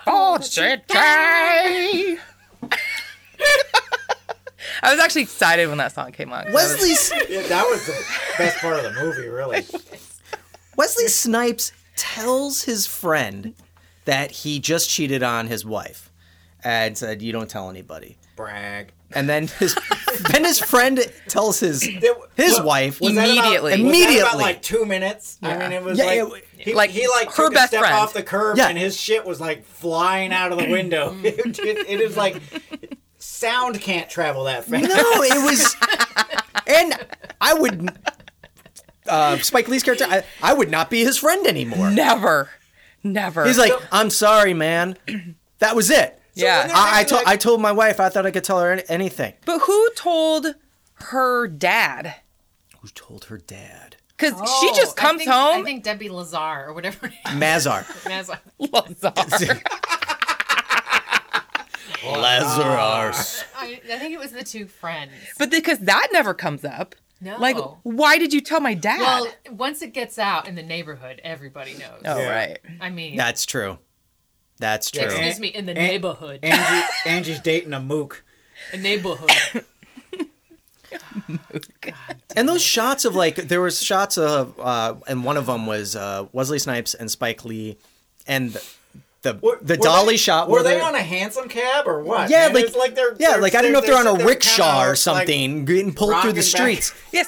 H: Oh, just enough for today. (laughs) I was actually excited when that song came on. 'cause I was-
B: Wesley S-
F: (laughs) Yeah, that was the best part of the movie, really.
B: Wesley Snipes
F: tells his friend that he just cheated on his wife and said, You don't tell anybody.
B: Brag.
F: And then his (laughs) then his friend tells his his wife
B: Was that about- was that
F: immediately
B: about like two minutes. I
F: Yeah.
B: mean, it was
F: Yeah,
B: like,
F: it-
B: he,
F: like,
B: he like
F: her
B: took a
F: best
B: step
F: friend.
B: off the curb,
F: Yeah.
B: and his shit was like flying out of the
H: (laughs)
B: window. (laughs)
H: Mm.
B: it, it is like sound can't travel that
F: No,
B: fast.
F: it
B: (laughs)
F: was, and I would. Uh, Spike Lee's character, I, I would not be his friend anymore.
H: Never, never.
F: He's like, I'm sorry, man. That was it.
H: Yeah.
F: I, I told I told my wife. I thought I could tell her any- anything.
H: But who told her dad?
F: Who told her dad?
H: Because she
G: Oh,
H: just
G: I
H: comes
G: think- I
H: home.
G: think Debbie Lazar or whatever.
F: Mazar.
G: Mazar.
H: Lazar.
F: Lazarus.
G: I, I think it was the two friends.
H: But because that never comes up.
G: No.
H: Like, why did you tell my dad?
G: Well, once it gets out in the neighborhood, everybody knows.
F: Oh, Yeah. right.
G: I mean,
F: That's true. That's true.
G: excuse me, in the
B: An-
G: neighborhood.
B: Angie, Angie's dating a mook.
G: A neighborhood.
F: And those shots of like there was shots of uh, and one of them was uh, Wesley Snipes and Spike Lee, and the the, the
B: Were
F: dolly
B: they-
F: shot.
B: Were
F: where
B: they
F: they're-
B: on a hansom cab or what?
F: Yeah,
B: man?
F: like,
B: It's like they're
F: yeah, like I don't know if they're on a rickshaw or
B: Like,
F: something, getting pulled through
B: rocking
F: the
B: back. (laughs)
F: streets.
H: Yes.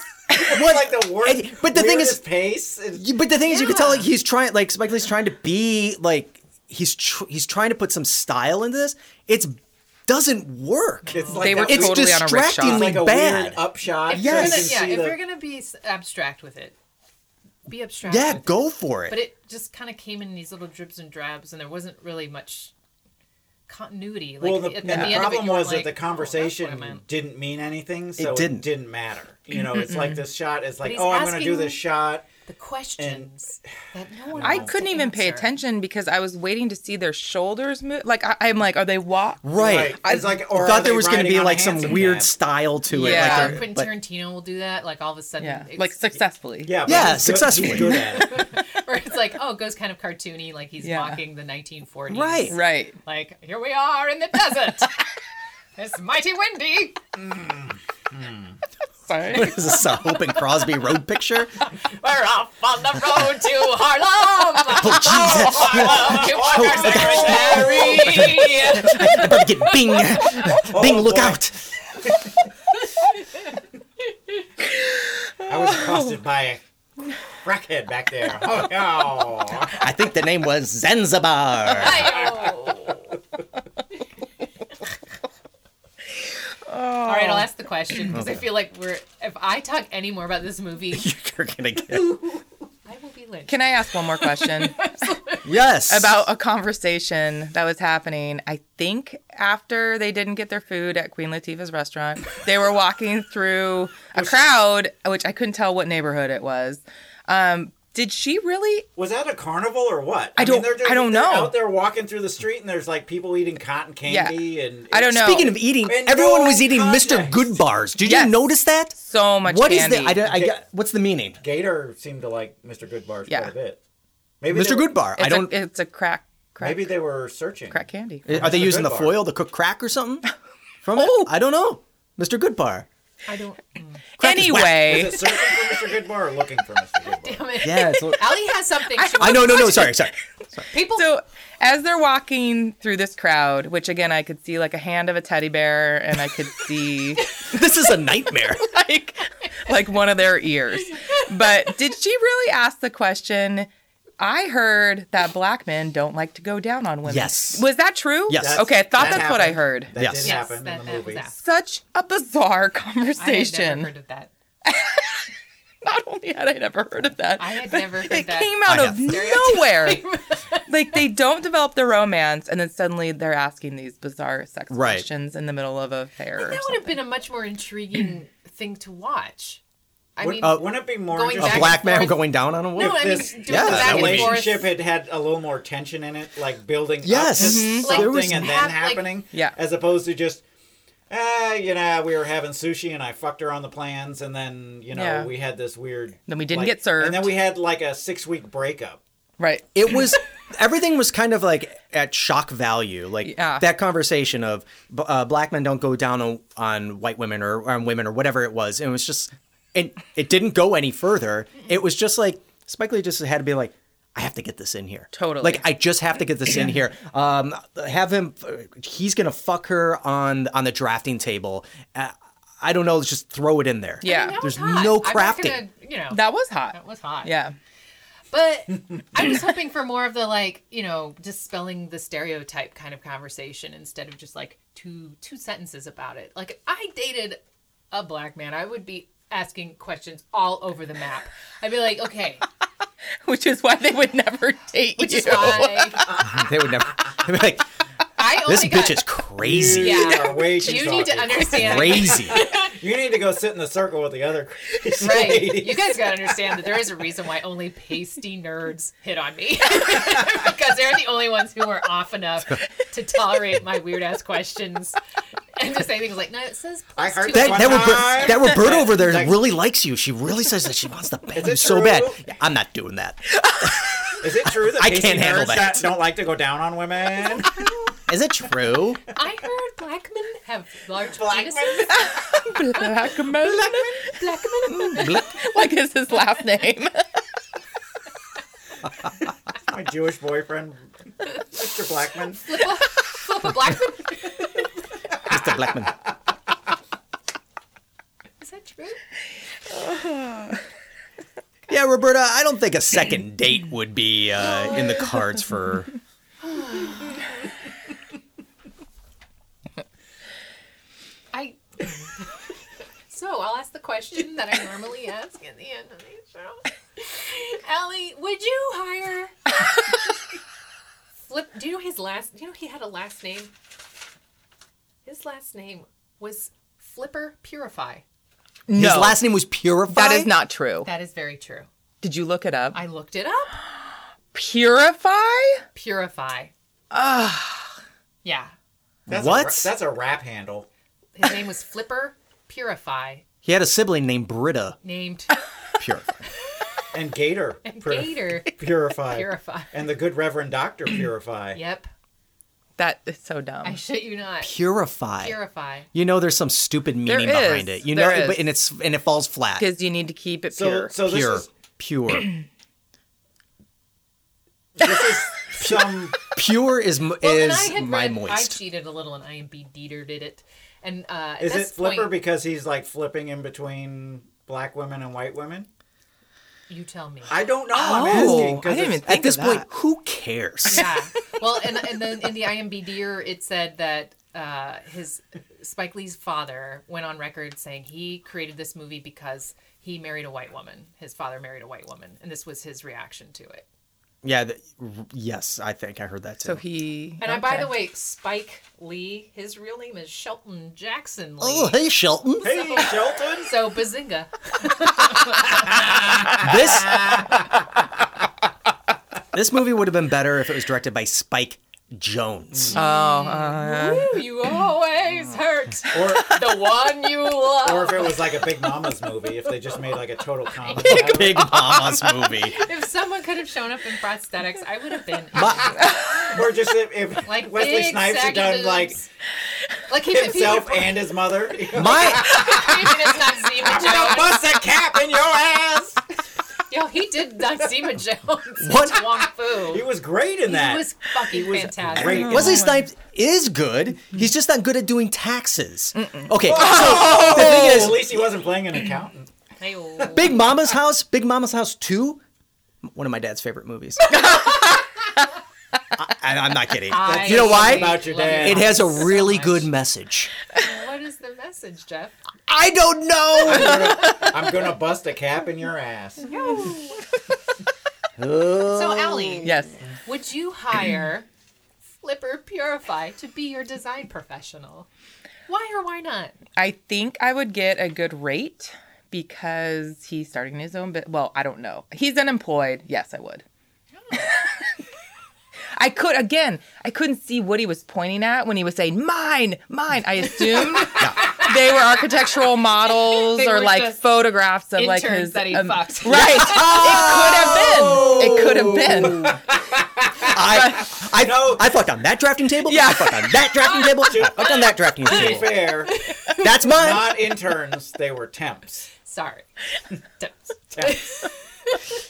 F: What?
B: like the worst.
F: but the thing is-
B: weirdest pace. It's-
F: Yeah, But the thing is, you could tell like he's trying, like Spike Lee's trying to be like he's tr- he's trying to put some style into this. It's doesn't work.
B: It's
G: like They were that-
F: it's
G: totally on a rickshaw.
F: distractingly
G: Like a
F: bad.
G: weird
B: upshot.
G: If
F: Yes.
G: You're gonna, yeah, if you're going to be s- abstract with it, be abstract.
F: Yeah,
G: with
F: go for it.
G: But it just kind of came in these little dribs and drabs, and there wasn't really much continuity. Like,
B: well, the,
G: at
B: and
G: the,
B: the,
G: end
B: problem
G: of it, you were
B: was
G: like, "Oh,
B: that the conversation didn't mean anything, so it didn't,
F: didn't.
B: matter. You know, it's like this shot is
G: But
B: like,
G: he's
B: oh, I'm going to do
G: asking
B: this shot.
G: The questions that no one
H: I
G: wants
H: couldn't
G: to
H: even pay
G: answer.
H: attention because I was waiting to see their shoulders move. Like I, I'm like, are they walk?
F: Right.
H: I-
F: I thought there was going to be like some weird style to it.
H: Yeah.
F: Like,
G: Quentin
F: they're- like,
G: Tarantino will do that, like all of a sudden,
H: Yeah,
G: it's,
H: like successfully.
B: Yeah,
F: but Yeah, he's good- successfully. he's good at
G: or it's like, oh, it goes kind of cartoony, like he's
H: Yeah.
G: mocking the 1940s,
H: Right. Right.
G: Like here we are in the desert,
H: (laughs)
G: it's mighty windy.
H: Sorry.
F: what is (laughs) this, a Hope and Crosby road picture?
G: We're off on the road to Harlem.
F: Oh, Jesus.
G: Harlem to
F: Oh, I
G: Parker Secretary.
F: better get
B: (laughs)
F: Bing.
G: Oh,
F: Bing, look out.
B: I was accosted by a crackhead back there. Oh, no.
F: I think the name
B: (laughs)
F: was Zanzibar.
G: All right,
H: oh,
G: I'll ask the question because I feel like we're. If I talk any more about this movie,
F: You're gonna get
G: I will be lynched.
H: Can I ask one more
B: (laughs)
H: question?
F: yes
H: About a conversation that was happening. I think after they didn't get their food at Queen Latifah's restaurant, they were walking through a crowd, which I couldn't tell what neighborhood it was. Um, did she really?
B: Was that a carnival or what?
H: I don't-
B: they're just-
H: I don't
B: they're
H: know.
B: Out there walking through the street and there's like people eating cotton candy and
H: I don't know.
F: Speaking of eating,
B: And
F: everyone
B: no
F: was eating Mr. Good Bars. Did you notice that?
H: So much
F: What is
H: candy.
F: the? I, don't- I got- what's the meaning?
B: Gator seemed to like Mr. Goodbar's
H: Yeah.
B: quite a bit.
F: Mr.
B: they were-
F: Goodbar.
H: It's
F: I
H: a-
F: don't.
H: it's a crack. crack
B: Maybe they were searching.
H: crack candy.
F: Are they
B: Mr.
F: using the
B: Goodbar.
F: foil to cook crack or something from it? I don't know. Mr. Goodbar.
G: I don't.
B: Crack is whack.
H: Anyway.
B: Is it searching for Mr. Goodbar or looking for Mr. Goodbar?
G: Damn it.
F: Yeah,
G: (laughs)
F: it's-
G: Allie has something. She
F: I know. No, no. Sorry, sorry.
G: People.
H: So as they're walking through this crowd, which again I could see like a hand of a teddy bear, and I
B: (laughs)
H: could see
F: This is a nightmare.
H: like like one of their ears. But did she really ask the question? I heard that black men don't like to go down on women.
F: Yes.
H: Was that true?
F: Yes. (laughs) That's-
H: okay, I thought that's
B: that
H: what I
B: happened.
H: heard.
B: That
F: Yes.
B: did
G: yes, that,
B: happen in
G: that
B: the movie.
G: was asked.
H: Such a bizarre
G: I had never
H: conversation.
G: heard of that.
H: (laughs) Not only had I never heard of that,
G: I had
H: but
G: never heard
H: it
G: that.
H: came out
F: I have.
H: of nowhere. like they don't develop the romance, and then suddenly they're asking these bizarre sex
F: Right.
H: questions in the middle of a fair.
G: That would have been a much more
H: (clears throat)
G: intriguing thing to watch. I
B: Would, uh,
G: mean,
B: wouldn't it be more
G: going
F: A
B: interesting
G: Back
F: black
G: and
F: man
G: forth.
F: going down on a woman.
G: No, I mean,
B: this
G: doing
F: Yeah, that
G: the back
F: would be-
G: and forth.
B: relationship had had a little more tension in it, like building
F: Yes.
B: up to
G: Mm-hmm.
F: Mhm. Like,
B: something
F: there was
B: and then
G: hap- like-
B: happening,
H: Yeah.
B: as opposed to just, ah, you know, we were having sushi and I fucked her on the plans, and then you know
H: Yeah.
B: we had this weird.
H: Then we didn't
B: like-
H: get served.
B: and then we had like a six week breakup.
H: right.
F: it was everything was kind of like at shock value like
H: Yeah.
F: that conversation of b- uh, black men don't go down on, on white women or on women or whatever it was and it was just and it didn't go any further it was just like spike lee just had to be like
G: I have to get this in here.
B: Totally.
G: Like I just have to get this
B: (clears throat)
G: in here. Um, have him. He's gonna fuck her on on the drafting table. Uh, I don't know. Let's just throw it in there.
B: Yeah. I mean, that
G: There's
H: was hot.
G: no
H: I'm not
G: crafting.
H: gonna, you know,
B: That was hot.
H: Oh. That was hot.
B: Yeah.
H: But I was hoping for more of the like, you know, dispelling the stereotype kind of conversation instead of just like two two sentences about it. Like if I dated a black man, I would be asking questions all over the map. I'd be like, okay,
B: (laughs) Which is why they would never date
H: which
B: you. (laughs)
H: is why
G: they would never. they'd be like,
H: I
G: this
H: only
G: bitch
H: got (laughs)
G: is crazy.
H: Yeah.
F: Are way too
H: you need to
F: talkative.
H: understand (laughs)
G: Crazy.
F: You need to go sit in the circle with the other crazy
H: Right.
F: ladies.
H: You guys gotta understand that there is a reason why only pasty nerds hit on me. (laughs) because they're the only ones who are off enough to tolerate my weird ass questions and to say things like, no, it says
F: I
H: plus
F: heard
H: two
G: That,
F: One
G: that,
F: time.
G: Robert, that Roberta over there
F: Like-
G: really likes you. She really says that she wants
H: (laughs)
G: to bang you
F: it
G: so
F: true?
G: bad. Yeah, I'm not doing that.
F: Is it true that
G: I
F: pasty
G: can't handle
F: nerds
G: that.
F: don't like to go down on women?
G: Is it
H: (laughs)
G: true?
H: I heard black men have large
F: Black men?
H: penises.
B: Black man.
H: Black men have
B: Like is his last name.
F: My Jewish boyfriend, Mr. Blackman.
H: flip a black man.
G: Mr. Blackman.
H: Is that true?
G: (laughs) Yeah, Roberta, I don't think a second date would be uh, in the cards for.
H: I So I'll ask the question that I normally ask at the end of the show. Ellie, would you hire Flip do you know his last do you know he had a last name? His last name was Flipper Purify.
B: No.
G: His last name was Purify.
B: that is not true.
H: That is very true.
B: Did you look it up?
H: I looked it up.
B: Purify?
H: Purify. Yeah.
F: That's A,
G: What?
F: ra- that's a rap handle.
H: His name was Flipper Purify,
G: He had a sibling named Britta
H: named
G: Purify.
F: And Gator. pur-
H: Gator
F: Purify.
H: Purify.
F: And the good Reverend Doctor Purify.
H: Yep. (laughs)
B: That is so dumb.
H: I shit you not.
G: Purify.
H: Purify.
G: You know, there's some stupid meaning
B: There is.
G: behind it. You know,
B: There
G: but-
B: is.
G: and it's and it falls flat.
B: Because you need to keep it
F: So,
B: pure.
F: so this
G: Pure,
F: is
G: pure,
F: (clears throat) this
G: (laughs)
F: is some
G: pure is m-
H: and
G: is my
H: read- I
G: moist.
H: cheated a little and IMB Dieter did it. And uh, at
F: Is it
H: this
F: flipper
H: point,
F: because he's like flipping in between Mm, black women and white women?
H: you tell me.
F: I don't know.
B: oh,
F: I'm
B: I
F: asking
B: didn't even
F: because
B: think
G: At
B: of
G: this point,
B: that.
G: who cares?
H: yeah. Ah. Well, and and then in the IMB Dieter, it said that uh, his Spike Lee's father went on record saying he created this movie because he married a white woman. His father married a white woman, and this was his reaction to it.
G: Yeah. th- r- yes, I think I heard that too.
B: So he.
H: And I, by
B: okay.
H: the way, Spike Lee, his real name is Shelton Jackson Lee.
G: oh, hey, Shelton.
F: Hey, Shelton.
H: So Bazinga.
G: This this movie would have been better if it was directed by Spike
B: (laughs)
G: Jones.
H: Ooh, you always hurt
F: Oh. Or,
H: the one you love.
F: or if it was like a Big Mama's movie, if they just made like a total comedy. out of it.
G: Big Mama's
B: (laughs)
G: movie.
H: If someone could have shown up in prosthetics, I would have been
F: Or just if, if
H: Like
F: Wesley
H: big
F: Snipes had
H: saggy
F: done
H: boobs.
F: like
H: like him if he
F: himself
H: if
F: and his mother. (laughs)
G: My
H: even if not Zima
F: I'll
H: Jones.
F: bust a cap in your ass.
H: Yo, he did not Zima Jones.
G: What?
H: What? Wong
F: He
H: Fu.
F: was great in that.
H: He was fucking
F: was
H: fantastic.
F: great.
G: Wesley Snipes is good. He's just not good at doing taxes.
H: Mm.
G: Okay, so the thing
F: At
G: is,
F: least he wasn't playing an accountant.
H: Hey-oh.
G: Big Mama's House, Big Mama's House Two, one of my dad's favorite movies. I, I'm not kidding.
H: I
G: you know why?
F: About your
H: love
F: dad.
G: It has a
H: so
G: really
H: much.
G: good message.
H: What is the message, Jeff?
G: I don't
F: (laughs)
G: know.
F: I'm gonna bust a cap in your ass.
G: Um,
H: So, Allie,
B: Yes.
H: would you hire Flipper Purify to be your design professional? Why or why not?
B: I think I would get a good rate because he's starting his own bit. Well, I don't know. He's unemployed. Yes, I would. (laughs) I could again. I couldn't see what he was pointing at when he was saying mine, mine. I assumed they were architectural models
H: They
B: or
H: were
B: like
H: just
B: photographs of like
H: interns
B: his
H: that he
B: um,
G: (laughs)
H: fucked. (laughs)
B: right. It could have been. It could have been.
G: I, I,
F: No.
G: I fucked on that drafting table.
B: Yeah.
G: I fucked on that drafting
F: (laughs)
G: table. I fucked on that drafting
F: To be
G: table.
F: fair,
G: That's mine.
F: not interns, they were temps.
H: Sorry. Don't.
F: Temps.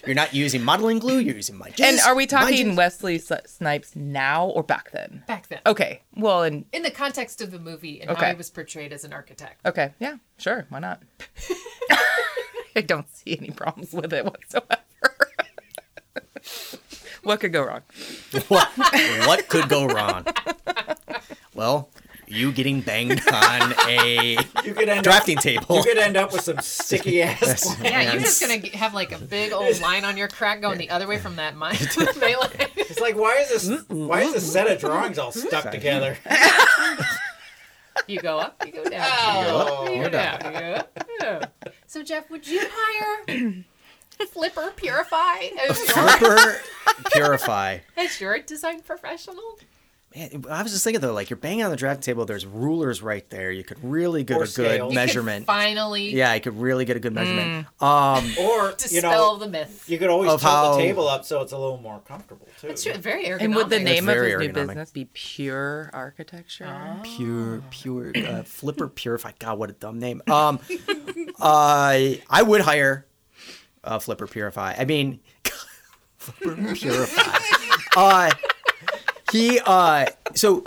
G: You're not using modeling glue. You're using my.
B: and
G: jizz,
B: are we
G: my
B: talking
G: jizz.
B: Wesley S- Snipes now or back then?
H: Back then.
B: Okay. Well, and
H: In the context of the movie and how
B: Okay.
H: he was portrayed as an architect.
B: okay, yeah, sure, why not? (laughs) I don't see any problems with it whatsoever. (laughs) what could go wrong?
G: what, what could go wrong? Well, you getting banged on a drafting table.
F: You could end up with some
G: (laughs)
F: sticky ass.
H: Yeah, you're just gonna g- have like a big old line on your crack going the other way from that mine. to the mail.
F: It's like why is this why is this set of drawings all stuck
H: Sorry.
F: together?
H: you go up, you go down,
F: Oh,
H: you go up, you
F: we're
H: go
F: done.
H: down, you go up. you go down. So Jeff, would you (clears throat) hire Flipper Purify (laughs) as your,
G: Flipper purify.
H: as your design professional?
G: Man, (laughs) I was just thinking though, like you're banging on the drafting table. There's rulers right there. You could really get
F: Or
G: a
F: scales. You
G: good
F: could
G: measurement.
H: finally-
G: yeah, you could really get a good measurement.
B: Mm.
G: Um,
F: Or you know,
H: Dispel the myth.
F: you could always tilt
G: Of how-
F: the table up so it's a little more comfortable too.
H: That's true. Very ergonomic.
B: And would the name of
G: very
B: his new
G: ergonomic.
B: business be Pure Architecture?
F: Ah.
G: pure, pure uh, flipper purify. God, what a dumb name. Um, (laughs) I I would hire uh, flipper purify. I mean, (laughs) flipper purify. Uh, he uh, so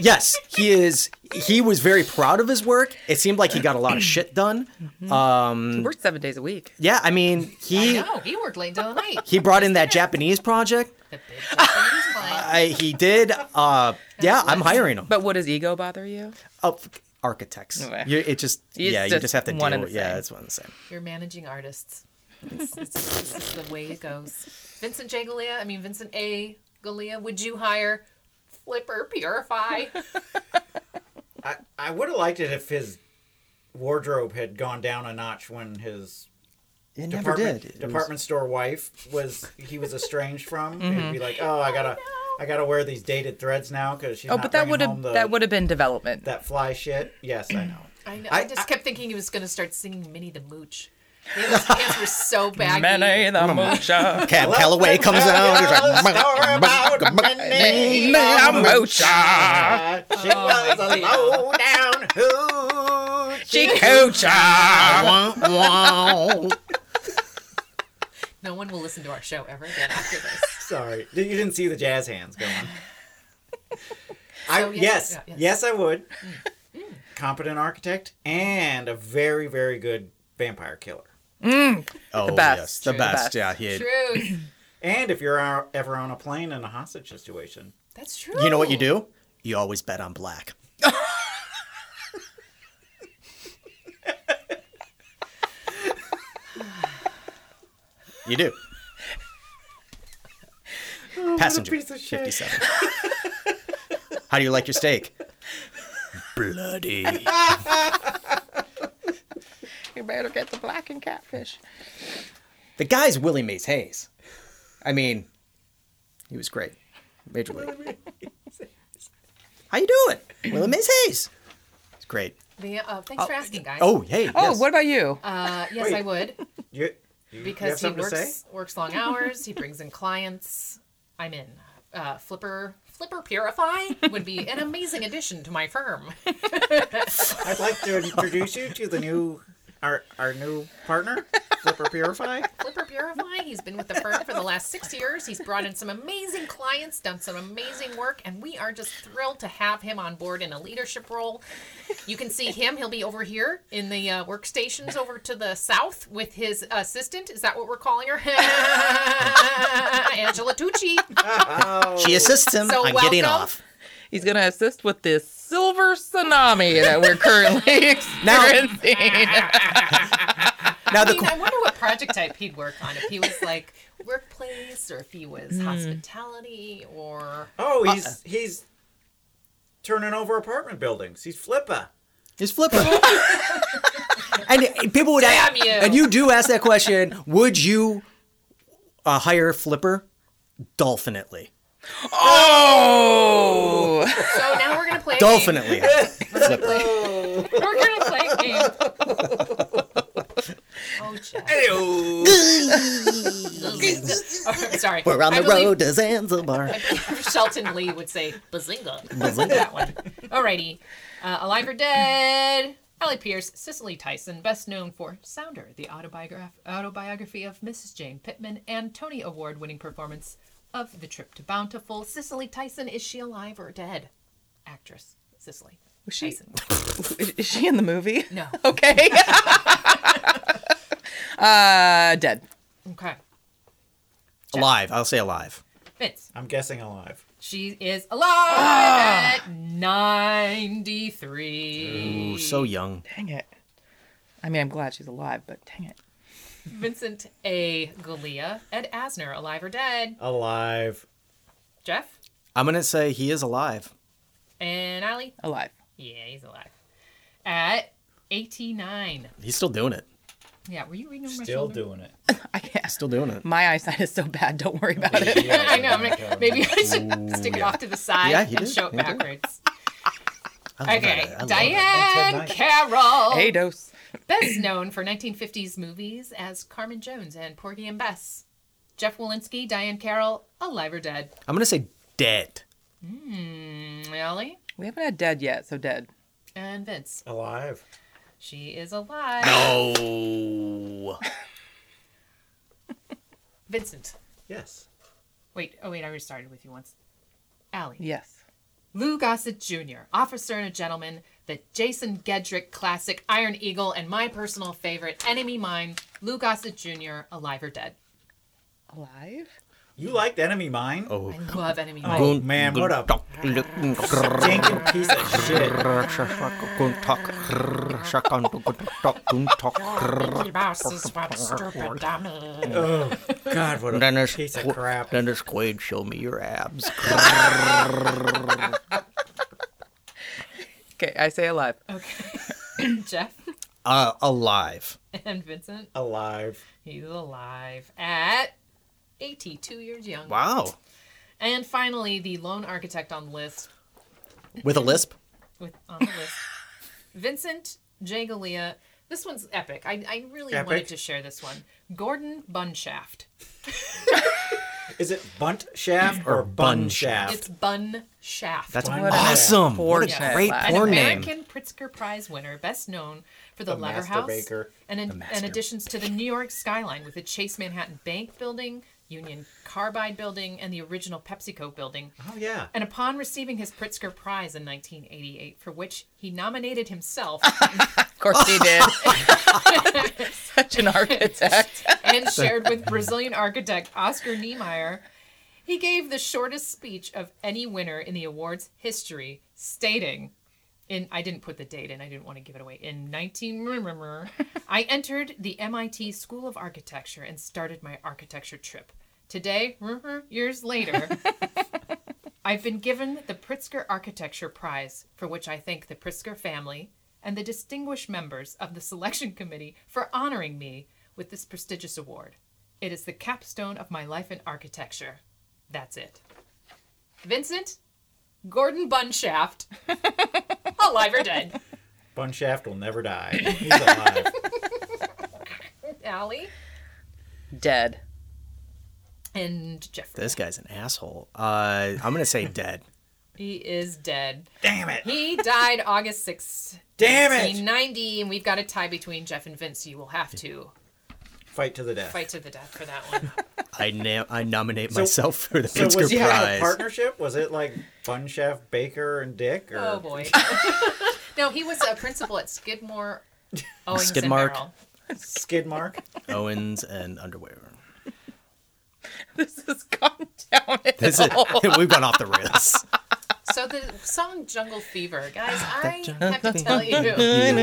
G: yes, he is. He was very proud of his work. It seemed like he got a lot of shit done.
B: Mm-hmm. He
G: Um,
B: worked seven days a week.
G: Yeah, I mean, he
H: No, he worked late into the (laughs) night.
G: he brought in that Japanese project. I, he did. Uh, yeah, I'm hiring him.
B: But would his ego bother you?
G: Oh, f- architects.
B: Okay.
G: You, it just
B: It's
G: yeah, you
B: just
G: just have to deal.
B: one and
G: with
B: the
G: Yeah,
B: same.
G: it's one and the same.
H: You're managing artists. It's, it's, it's the way it goes. Vincent J. Galea, I mean, Vincent A. Galea, would you hire Flipper
G: (laughs)
H: Purify?
F: I, I would have liked it if his wardrobe had gone down a notch when his
G: It never
F: department,
G: did. It was-
F: department store wife was he was estranged from. It'd be
B: Mhm.
F: like, oh, I gotta I gotta wear these dated threads now because she's
B: oh,
F: not
B: but that
F: bringing
B: would have
F: home the,
B: that would have been development.
F: that fly shit. Yes, I know.
H: I know.
F: I-
H: I, just kept thinking he was going to start singing Minnie the Mooch. His hands
G: (laughs)
H: were so baggy.
B: Minnie the Moocher.
G: Cab Calloway comes out. He's like,
F: Minnie the Moocher. She was a low down hooch.
H: No one will listen to our show ever again after this.
F: Sorry, you didn't see the jazz hands going. I
H: So, yes,
F: yes,
H: yeah, Mm.
F: yes,
H: yes.
F: I would. Competent architect and a very, very good vampire killer.
G: Oh
B: Mm. The best.
G: yes, the
B: True.
G: best.
B: The best.
G: Yeah, he.
H: Truth.
F: And if you're o- ever on a plane in a hostage situation,
H: That's true.
G: You know
F: Oh.
G: what you do? You always bet on black. you do. Passenger
F: Oh, piece of shit.
G: 57. How do you like your steak? Bloody.
B: You better get the blackened catfish.
G: The guy's Willie Mays Hayes. I mean, he was great. Major league. How you doing? Willie Mays Hayes. It's great.
H: The, uh, thanks for asking, guys.
G: Oh, hey.
B: Oh,
G: yes.
B: what about you?
H: Uh, yes,
F: Wait.
H: I would.
F: (laughs) you, you, you have
H: Because he
F: something to
H: works
F: say?
H: works long hours. He brings in clients. I'm in. Uh, Flipper Flipper Purify would be an amazing addition to my firm.
F: I'd like to introduce you to the new our our new partner, Flipper Purify.
H: Flipper Purify. He's been with the firm for the last six years. He's brought in some amazing clients, done some amazing work, and we are just thrilled to have him on board in a leadership role. You can see him. He'll be over here in the uh, workstations over to the south with his assistant. Is that what we're calling her? (laughs) Angela Tucci.
G: She assists him
H: So
G: on getting
H: welcome.
G: off.
B: He's gonna assist with this silver tsunami that we're currently (laughs) experiencing.
G: (laughs) Now the
H: I mean, I wonder what project type he'd work on if he was like workplace or if he was hospitality or
F: Oh, he's he's turning over apartment buildings. He's Flipper.
G: is flipper. and people would
H: Damn
G: ask,
H: you.
G: and you do ask that question. Would you uh, hire flipper? Dolphinately.
B: oh,
H: so now we're gonna play a game.
G: Dolphinately.
B: (laughs)
G: flipper.
H: we're gonna play a game oh Jeff. (laughs) Oh, sorry
G: We're on
H: I
G: the
H: believe-
G: road to Zanzibar.
H: (laughs) Shelton Lee would say bazinga. Bazinga. that one. Alrighty. Uh, alive or dead? Allie Pierce, Cicely Tyson, best known for Sounder, the autobiograph- autobiography of Mrs. Jane Pittman, and Tony Award winning performance of The Trip to Bountiful. Cicely Tyson, is she alive or dead? Actress, Cicely.
B: Was she? (laughs) Is she in the movie?
H: No.
B: (laughs) Okay. uh, dead.
H: Okay.
G: Alive. I'll say alive.
H: Vince,
F: I'm guessing alive.
H: she is
G: Ah!
H: alive at 93.
G: Ooh, so young.
B: (laughs) Dang it. I mean, I'm glad she's alive, but dang it.
H: Vincent A. Galea, Ed Asner, alive or dead?
G: Alive.
H: Jeff
G: I'm gonna say he is alive.
H: and Allie?
B: Alive.
H: Yeah, he's alive. At 89.
G: He's still doing it.
H: Yeah, were you reading over my
F: Still
H: shoulder?
F: doing it.
G: Still doing it.
B: My eyesight is so bad. Don't worry about it.
H: (laughs) I know. I'm like, maybe I should stick it off to the side
B: Yeah,
H: and
B: you did.
H: show it
B: You did.
H: backwards.
B: I love
H: Okay,
B: it. I love it.
H: Diane
B: That's
H: Carroll.
B: Hey, dose.
H: Best known for 1950s movies as Carmen Jones and Porgy and Bess. Jeff Walensky, Diane Carroll, alive or dead?
G: I'm gonna say dead.
H: Hmm, Ellie
B: We haven't had dead yet, so dead.
H: and Vince.
F: Alive.
H: She is alive.
G: No.
H: (laughs) Vincent.
F: Yes.
H: Wait, oh wait, I already started with you once. Allie.
B: Yes.
H: Lou Gossett Jr., Officer and a Gentleman, the Jason Gedrick classic Iron Eagle, and my personal favorite, Enemy Mine, Lou Gossett Jr., Alive or Dead.
B: Alive?
F: You liked Enemy Mine?
G: Oh.
H: I love Enemy Mine.
F: Oh, man, what a stinking piece of shit.
M: Oh,
F: God, what a
M: Dennis,
F: piece of
M: Qu-
F: crap.
M: Dennis Quaid, show me your abs.
B: Okay, I say alive.
H: Okay. Jeff
G: Uh, alive.
H: and Vincent,
F: Alive.
H: he's alive at 82 years young.
G: Wow.
H: And finally, the lone architect on the list,
G: With a lisp.
H: with on the list. Vincent J. Galea. This one's epic. I, I really
F: Epic?
H: wanted to share this one. Gordon Bunshaft.
F: Is it bunt shaft or bun shaft?
H: It's Bun Shaft.
F: That's Bun awesome. Shaft. What a
H: Yes.
F: great
H: An
F: porn name.
H: American Pritzker Prize winner, best known for the,
F: The
H: Leatherhouse
F: masturbator.
H: and,
F: The
H: in,
F: master-
H: and additions to the New York skyline with the Chase Manhattan Bank building, Union Carbide building, and the original PepsiCo building.
F: Oh, yeah.
H: And upon receiving his Pritzker Prize in 1988, for which he nominated himself,
B: (laughs) Of course he did. (laughs) Such an architect.
H: and shared with Brazilian architect Oscar Niemeyer, he gave the shortest speech of any winner in the awards history, stating, "In I didn't put the date in, I didn't want to give it away. In 19, remember, I entered the MIT School of Architecture and started my architecture trip. Today, remember, years later." I've been given the Pritzker Architecture Prize, for which I thank the Pritzker family and the distinguished members of the selection committee for honoring me with this prestigious award. It is the capstone of my life in architecture. That's it. Vincent, Gordon Bunshaft, alive or dead.
F: (laughs) Bun shaft will never die. He's alive.
H: (laughs) Allie
B: Dead.
H: and Jeffrey.
G: This guy's an asshole. Uh, I'm gonna say dead.
H: He is dead.
F: Damn it.
H: He died August 6th.
F: Damn it.
H: 1990, and we've got a tie between Jeff and Vince. You will have to
F: Fight to the death.
H: fight to the death for that one.
G: I na- I nominate
F: So-
G: myself for the
F: So
G: Pritzker
F: was he having
G: Prize.
F: a partnership? Was it like bun shaft, Baker, and Dick? Or...
H: Oh boy. no, he was a principal at Skidmore. Owings and
G: Skidmark.
H: Merrill.
F: Skidmark.
G: Owens and underwear.
B: This has gone down. a
G: This is,
B: hole.
G: (laughs) we've gone off the rails.
H: So the song Jungle Fever,
G: (laughs)
H: guys, I have to tell you,
G: You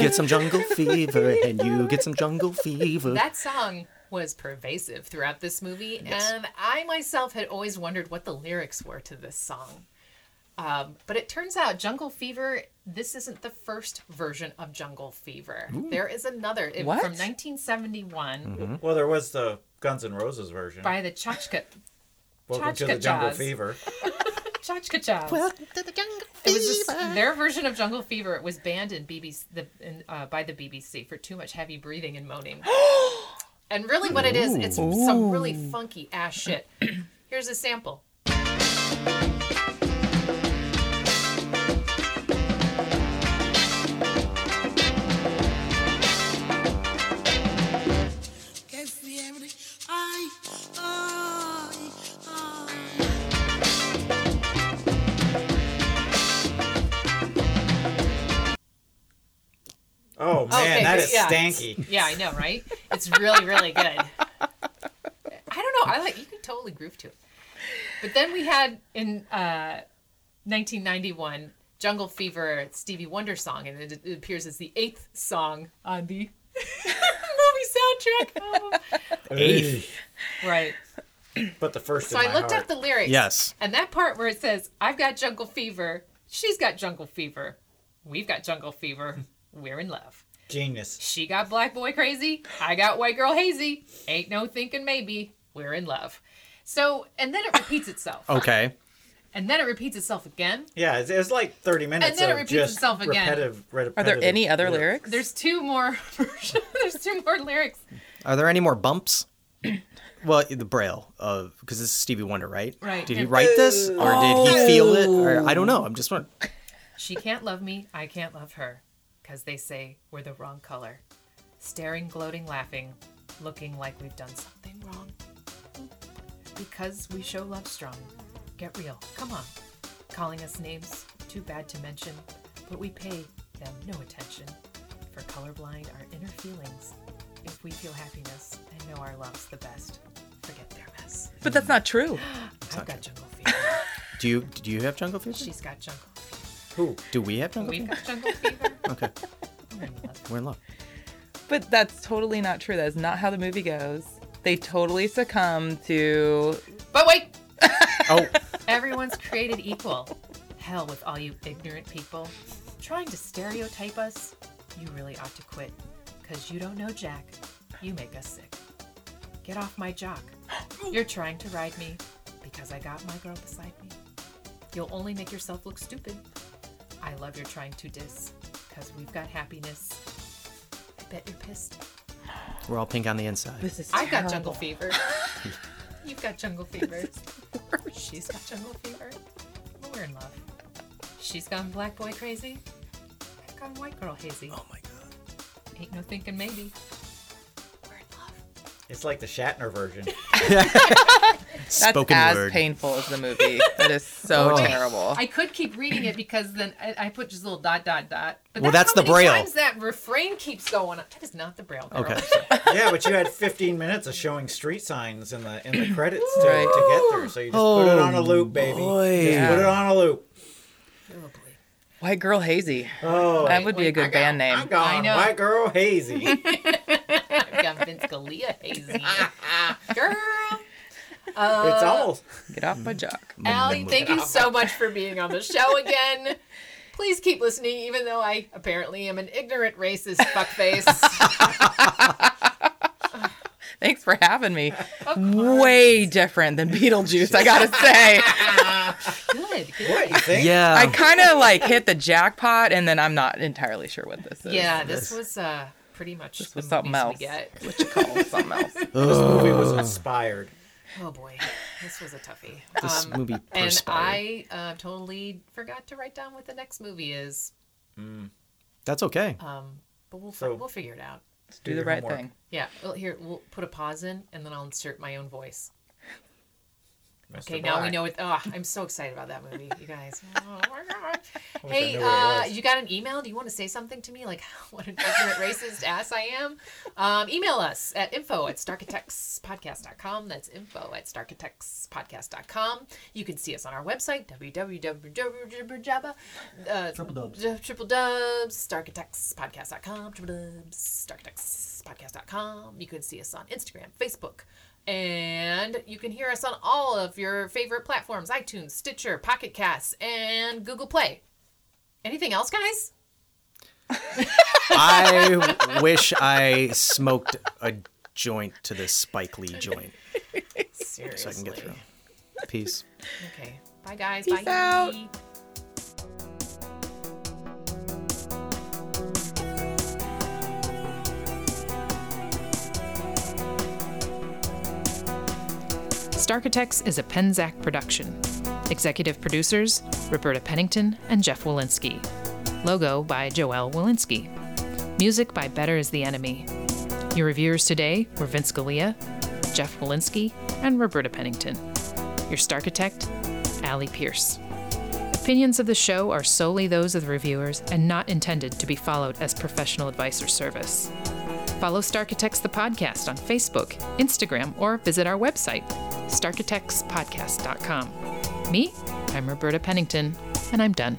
G: get some jungle fever, and you get some jungle fever.
H: that song was pervasive throughout this movie, and I myself had always wondered what the lyrics were to this song. Um, but it turns out Jungle Fever, this isn't the first version of Jungle Fever.
F: Ooh.
H: There is another it-
F: What?
H: from 1971
F: Well, there was the Guns N' Roses version.
H: by the Chachka.
F: Welcome to the Jungle
H: Chachkachas.
F: Fever.
H: Chachka Chows.
M: Welcome
H: to the Jungle Fever. It was just, (laughs) their version of Jungle Fever. It was banned in BBC the, in, uh, by the BBC for too much heavy breathing and moaning. and really, what it is, it's
B: Ooh.
H: some really funky ass shit. Here's a sample.
F: Oh man,
H: okay,
F: that
H: good,
F: is
H: yeah, it's-
F: stanky.
H: Yeah, I know, right? It's really, really good. I don't know. I like you can totally groove to it. But then we had in uh, 1991 Jungle Fever Stevie Wonder song, and it, it appears as the eighth song on the (laughs) movie soundtrack. album.
F: Eighth.
H: right.
F: But the first.
H: So
F: in
H: I
F: my
H: looked
F: heart.
H: up the lyrics.
F: Yes.
H: And that part where it says, I've got jungle fever, she's got jungle fever, we've got jungle fever, we're in love.
F: Genius.
H: She got black boy crazy. I got white girl hazy. Ain't no thinking maybe. We're in love. So, and then it repeats itself.
G: Okay.
H: And then it repeats itself again.
F: Yeah, it's, it's like thirty minutes.
H: And then it
F: of
H: repeats
F: just
H: itself again.
F: repetitive-
G: Are there any other
F: repetitive
G: lyrics?
H: There's two more. (laughs) There's two more lyrics.
G: Are there any more
H: (clears throat)
G: bumps? well, the braille of because this is Stevie Wonder, right?
H: Right.
G: Did he
H: And-
G: write this, or did he feel it? Or I don't know. I'm just wondering.
H: She can't love me, I can't love her, 'cause they say we're the wrong color. Staring, gloating, laughing, looking like we've done something wrong. Because we show love strong. Get real, come on. Calling us names, too bad to mention, but we pay them no attention. For colorblind, our inner feelings. If we feel happiness and know our love's the best, forget their mess.
B: But that's not true.
H: I've got jungle fever.
G: Do you do you have jungle fever?
H: She's got jungle.
G: Who? Do we have jungle
H: We've
G: fever?
H: got jungle fever. (laughs)
G: Okay. We're in love.
B: But that's totally not true. That is not how the movie goes. They totally succumb to.
H: But wait!
G: Oh.
H: Everyone's created equal. Hell with all you ignorant people. Trying to stereotype us? You really ought to quit. Because you don't know Jack. You make us sick. Get off my jock. You're trying to ride me because I got my girl beside me. You'll only make yourself look stupid. I love you're trying to diss because we've got happiness. I bet you're pissed.
G: We're all pink on the inside.
B: This is
H: I've got
B: (laughs)
H: jungle fever. You've got jungle fever. She's got jungle fever. Well, we're in love. She's gone black boy crazy. I've gone white girl hazy. Oh my god. Ain't no thinking maybe.
F: It's like the Shatner version.
B: That's as painful as the movie. That is so
F: Oh.
B: terrible.
H: I could keep reading it because then I, I put just a little dot dot dot. But
B: Well,
H: that's,
B: that's
H: how
B: the
H: many
B: Braille.
H: times that refrain keeps going. on. That is not the braille. Girl. (laughs)
F: Okay. yeah, but you had 15 minutes of showing street signs in the in the credits to, to get
G: (gasps)
F: there, so you just put it
B: Oh,
F: on a loop, baby.
B: boy.
F: Just put it on a loop.
B: White Girl Hazy.
F: Oh,
B: that would be a good band name.
F: I'm gone. White girl hazy.
H: I've got Vince Galea hazy. Girl.
F: it's
H: Uh,
F: almost.
B: Get off my (laughs) jock.
H: Allie, thank you so much for being on the show again. Please keep listening, even though I apparently am an ignorant racist
B: (laughs)
H: fuckface.
B: Thanks for having me. Way different than Beetlejuice, I gotta say.
H: good, good.
G: Yeah.
B: I kind of like hit the jackpot, and then I'm not entirely sure what this is.
H: Yeah, this was uh, pretty much
B: This was
H: the
B: something
H: movies
B: else.
H: We get.
B: What you call it, something (laughs) else.
F: this movie was inspired.
H: Oh boy, this was a toughie. Um,
F: This movie
H: and
F: perspired.
H: I uh, totally forgot to write down what the next movie is.
G: That's okay.
H: Um, but we'll fi-
G: So-
H: we'll figure it out. Let's
G: do Do the your right homework. thing.
H: Yeah. Well, here we'll put a pause in, and then I'll insert my own voice.
F: Mr.
H: Okay, now we
F: Black.
H: know it. Oh, I'm so excited about that movie,
F: (laughs)
H: you guys. Oh my god.
F: I wish I
H: hey,
F: knew what it
H: uh,
F: was.
H: you got an email? Do you want to say something to me? Like, (laughs) what an ignorant racist ass I am? Um, email us at info at starkitectspodcast.com. That's info at starkitectspodcast.com. You can see us on our website, www.jabba. Uh, triple dubs. Triple dubs, starkitectspodcast.com. Triple dubs, starkitectspodcast.com. You can see us on Instagram, Facebook, and you can hear us on all of your favorite platforms iTunes, Stitcher, Pocket Casts, and Google Play. Anything else, guys?
G: (laughs) I wish I smoked a joint to this Spike Lee joint
H: Seriously.
G: so I can get through. Peace.
H: Okay. Bye, guys.
B: Peace
H: Bye.
B: out.
K: Starkitects is a Penzac production. Executive producers Roberta Pennington and Jeff Walensky. Logo by Joel Walensky. Music by Better is the Enemy. Your reviewers today were Vince Galea, Jeff Walensky, and Roberta Pennington. Your Starkitect, Allie Pierce.
H: Opinions of the show are solely those of the reviewers and not intended to be followed as professional advice or service. Follow Starkitects the podcast on Facebook, Instagram, or visit our website, starkitectspodcast.com. Me, I'm Roberta Pennington, and I'm done.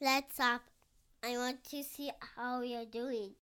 E: Let's up. I want to see how you're doing.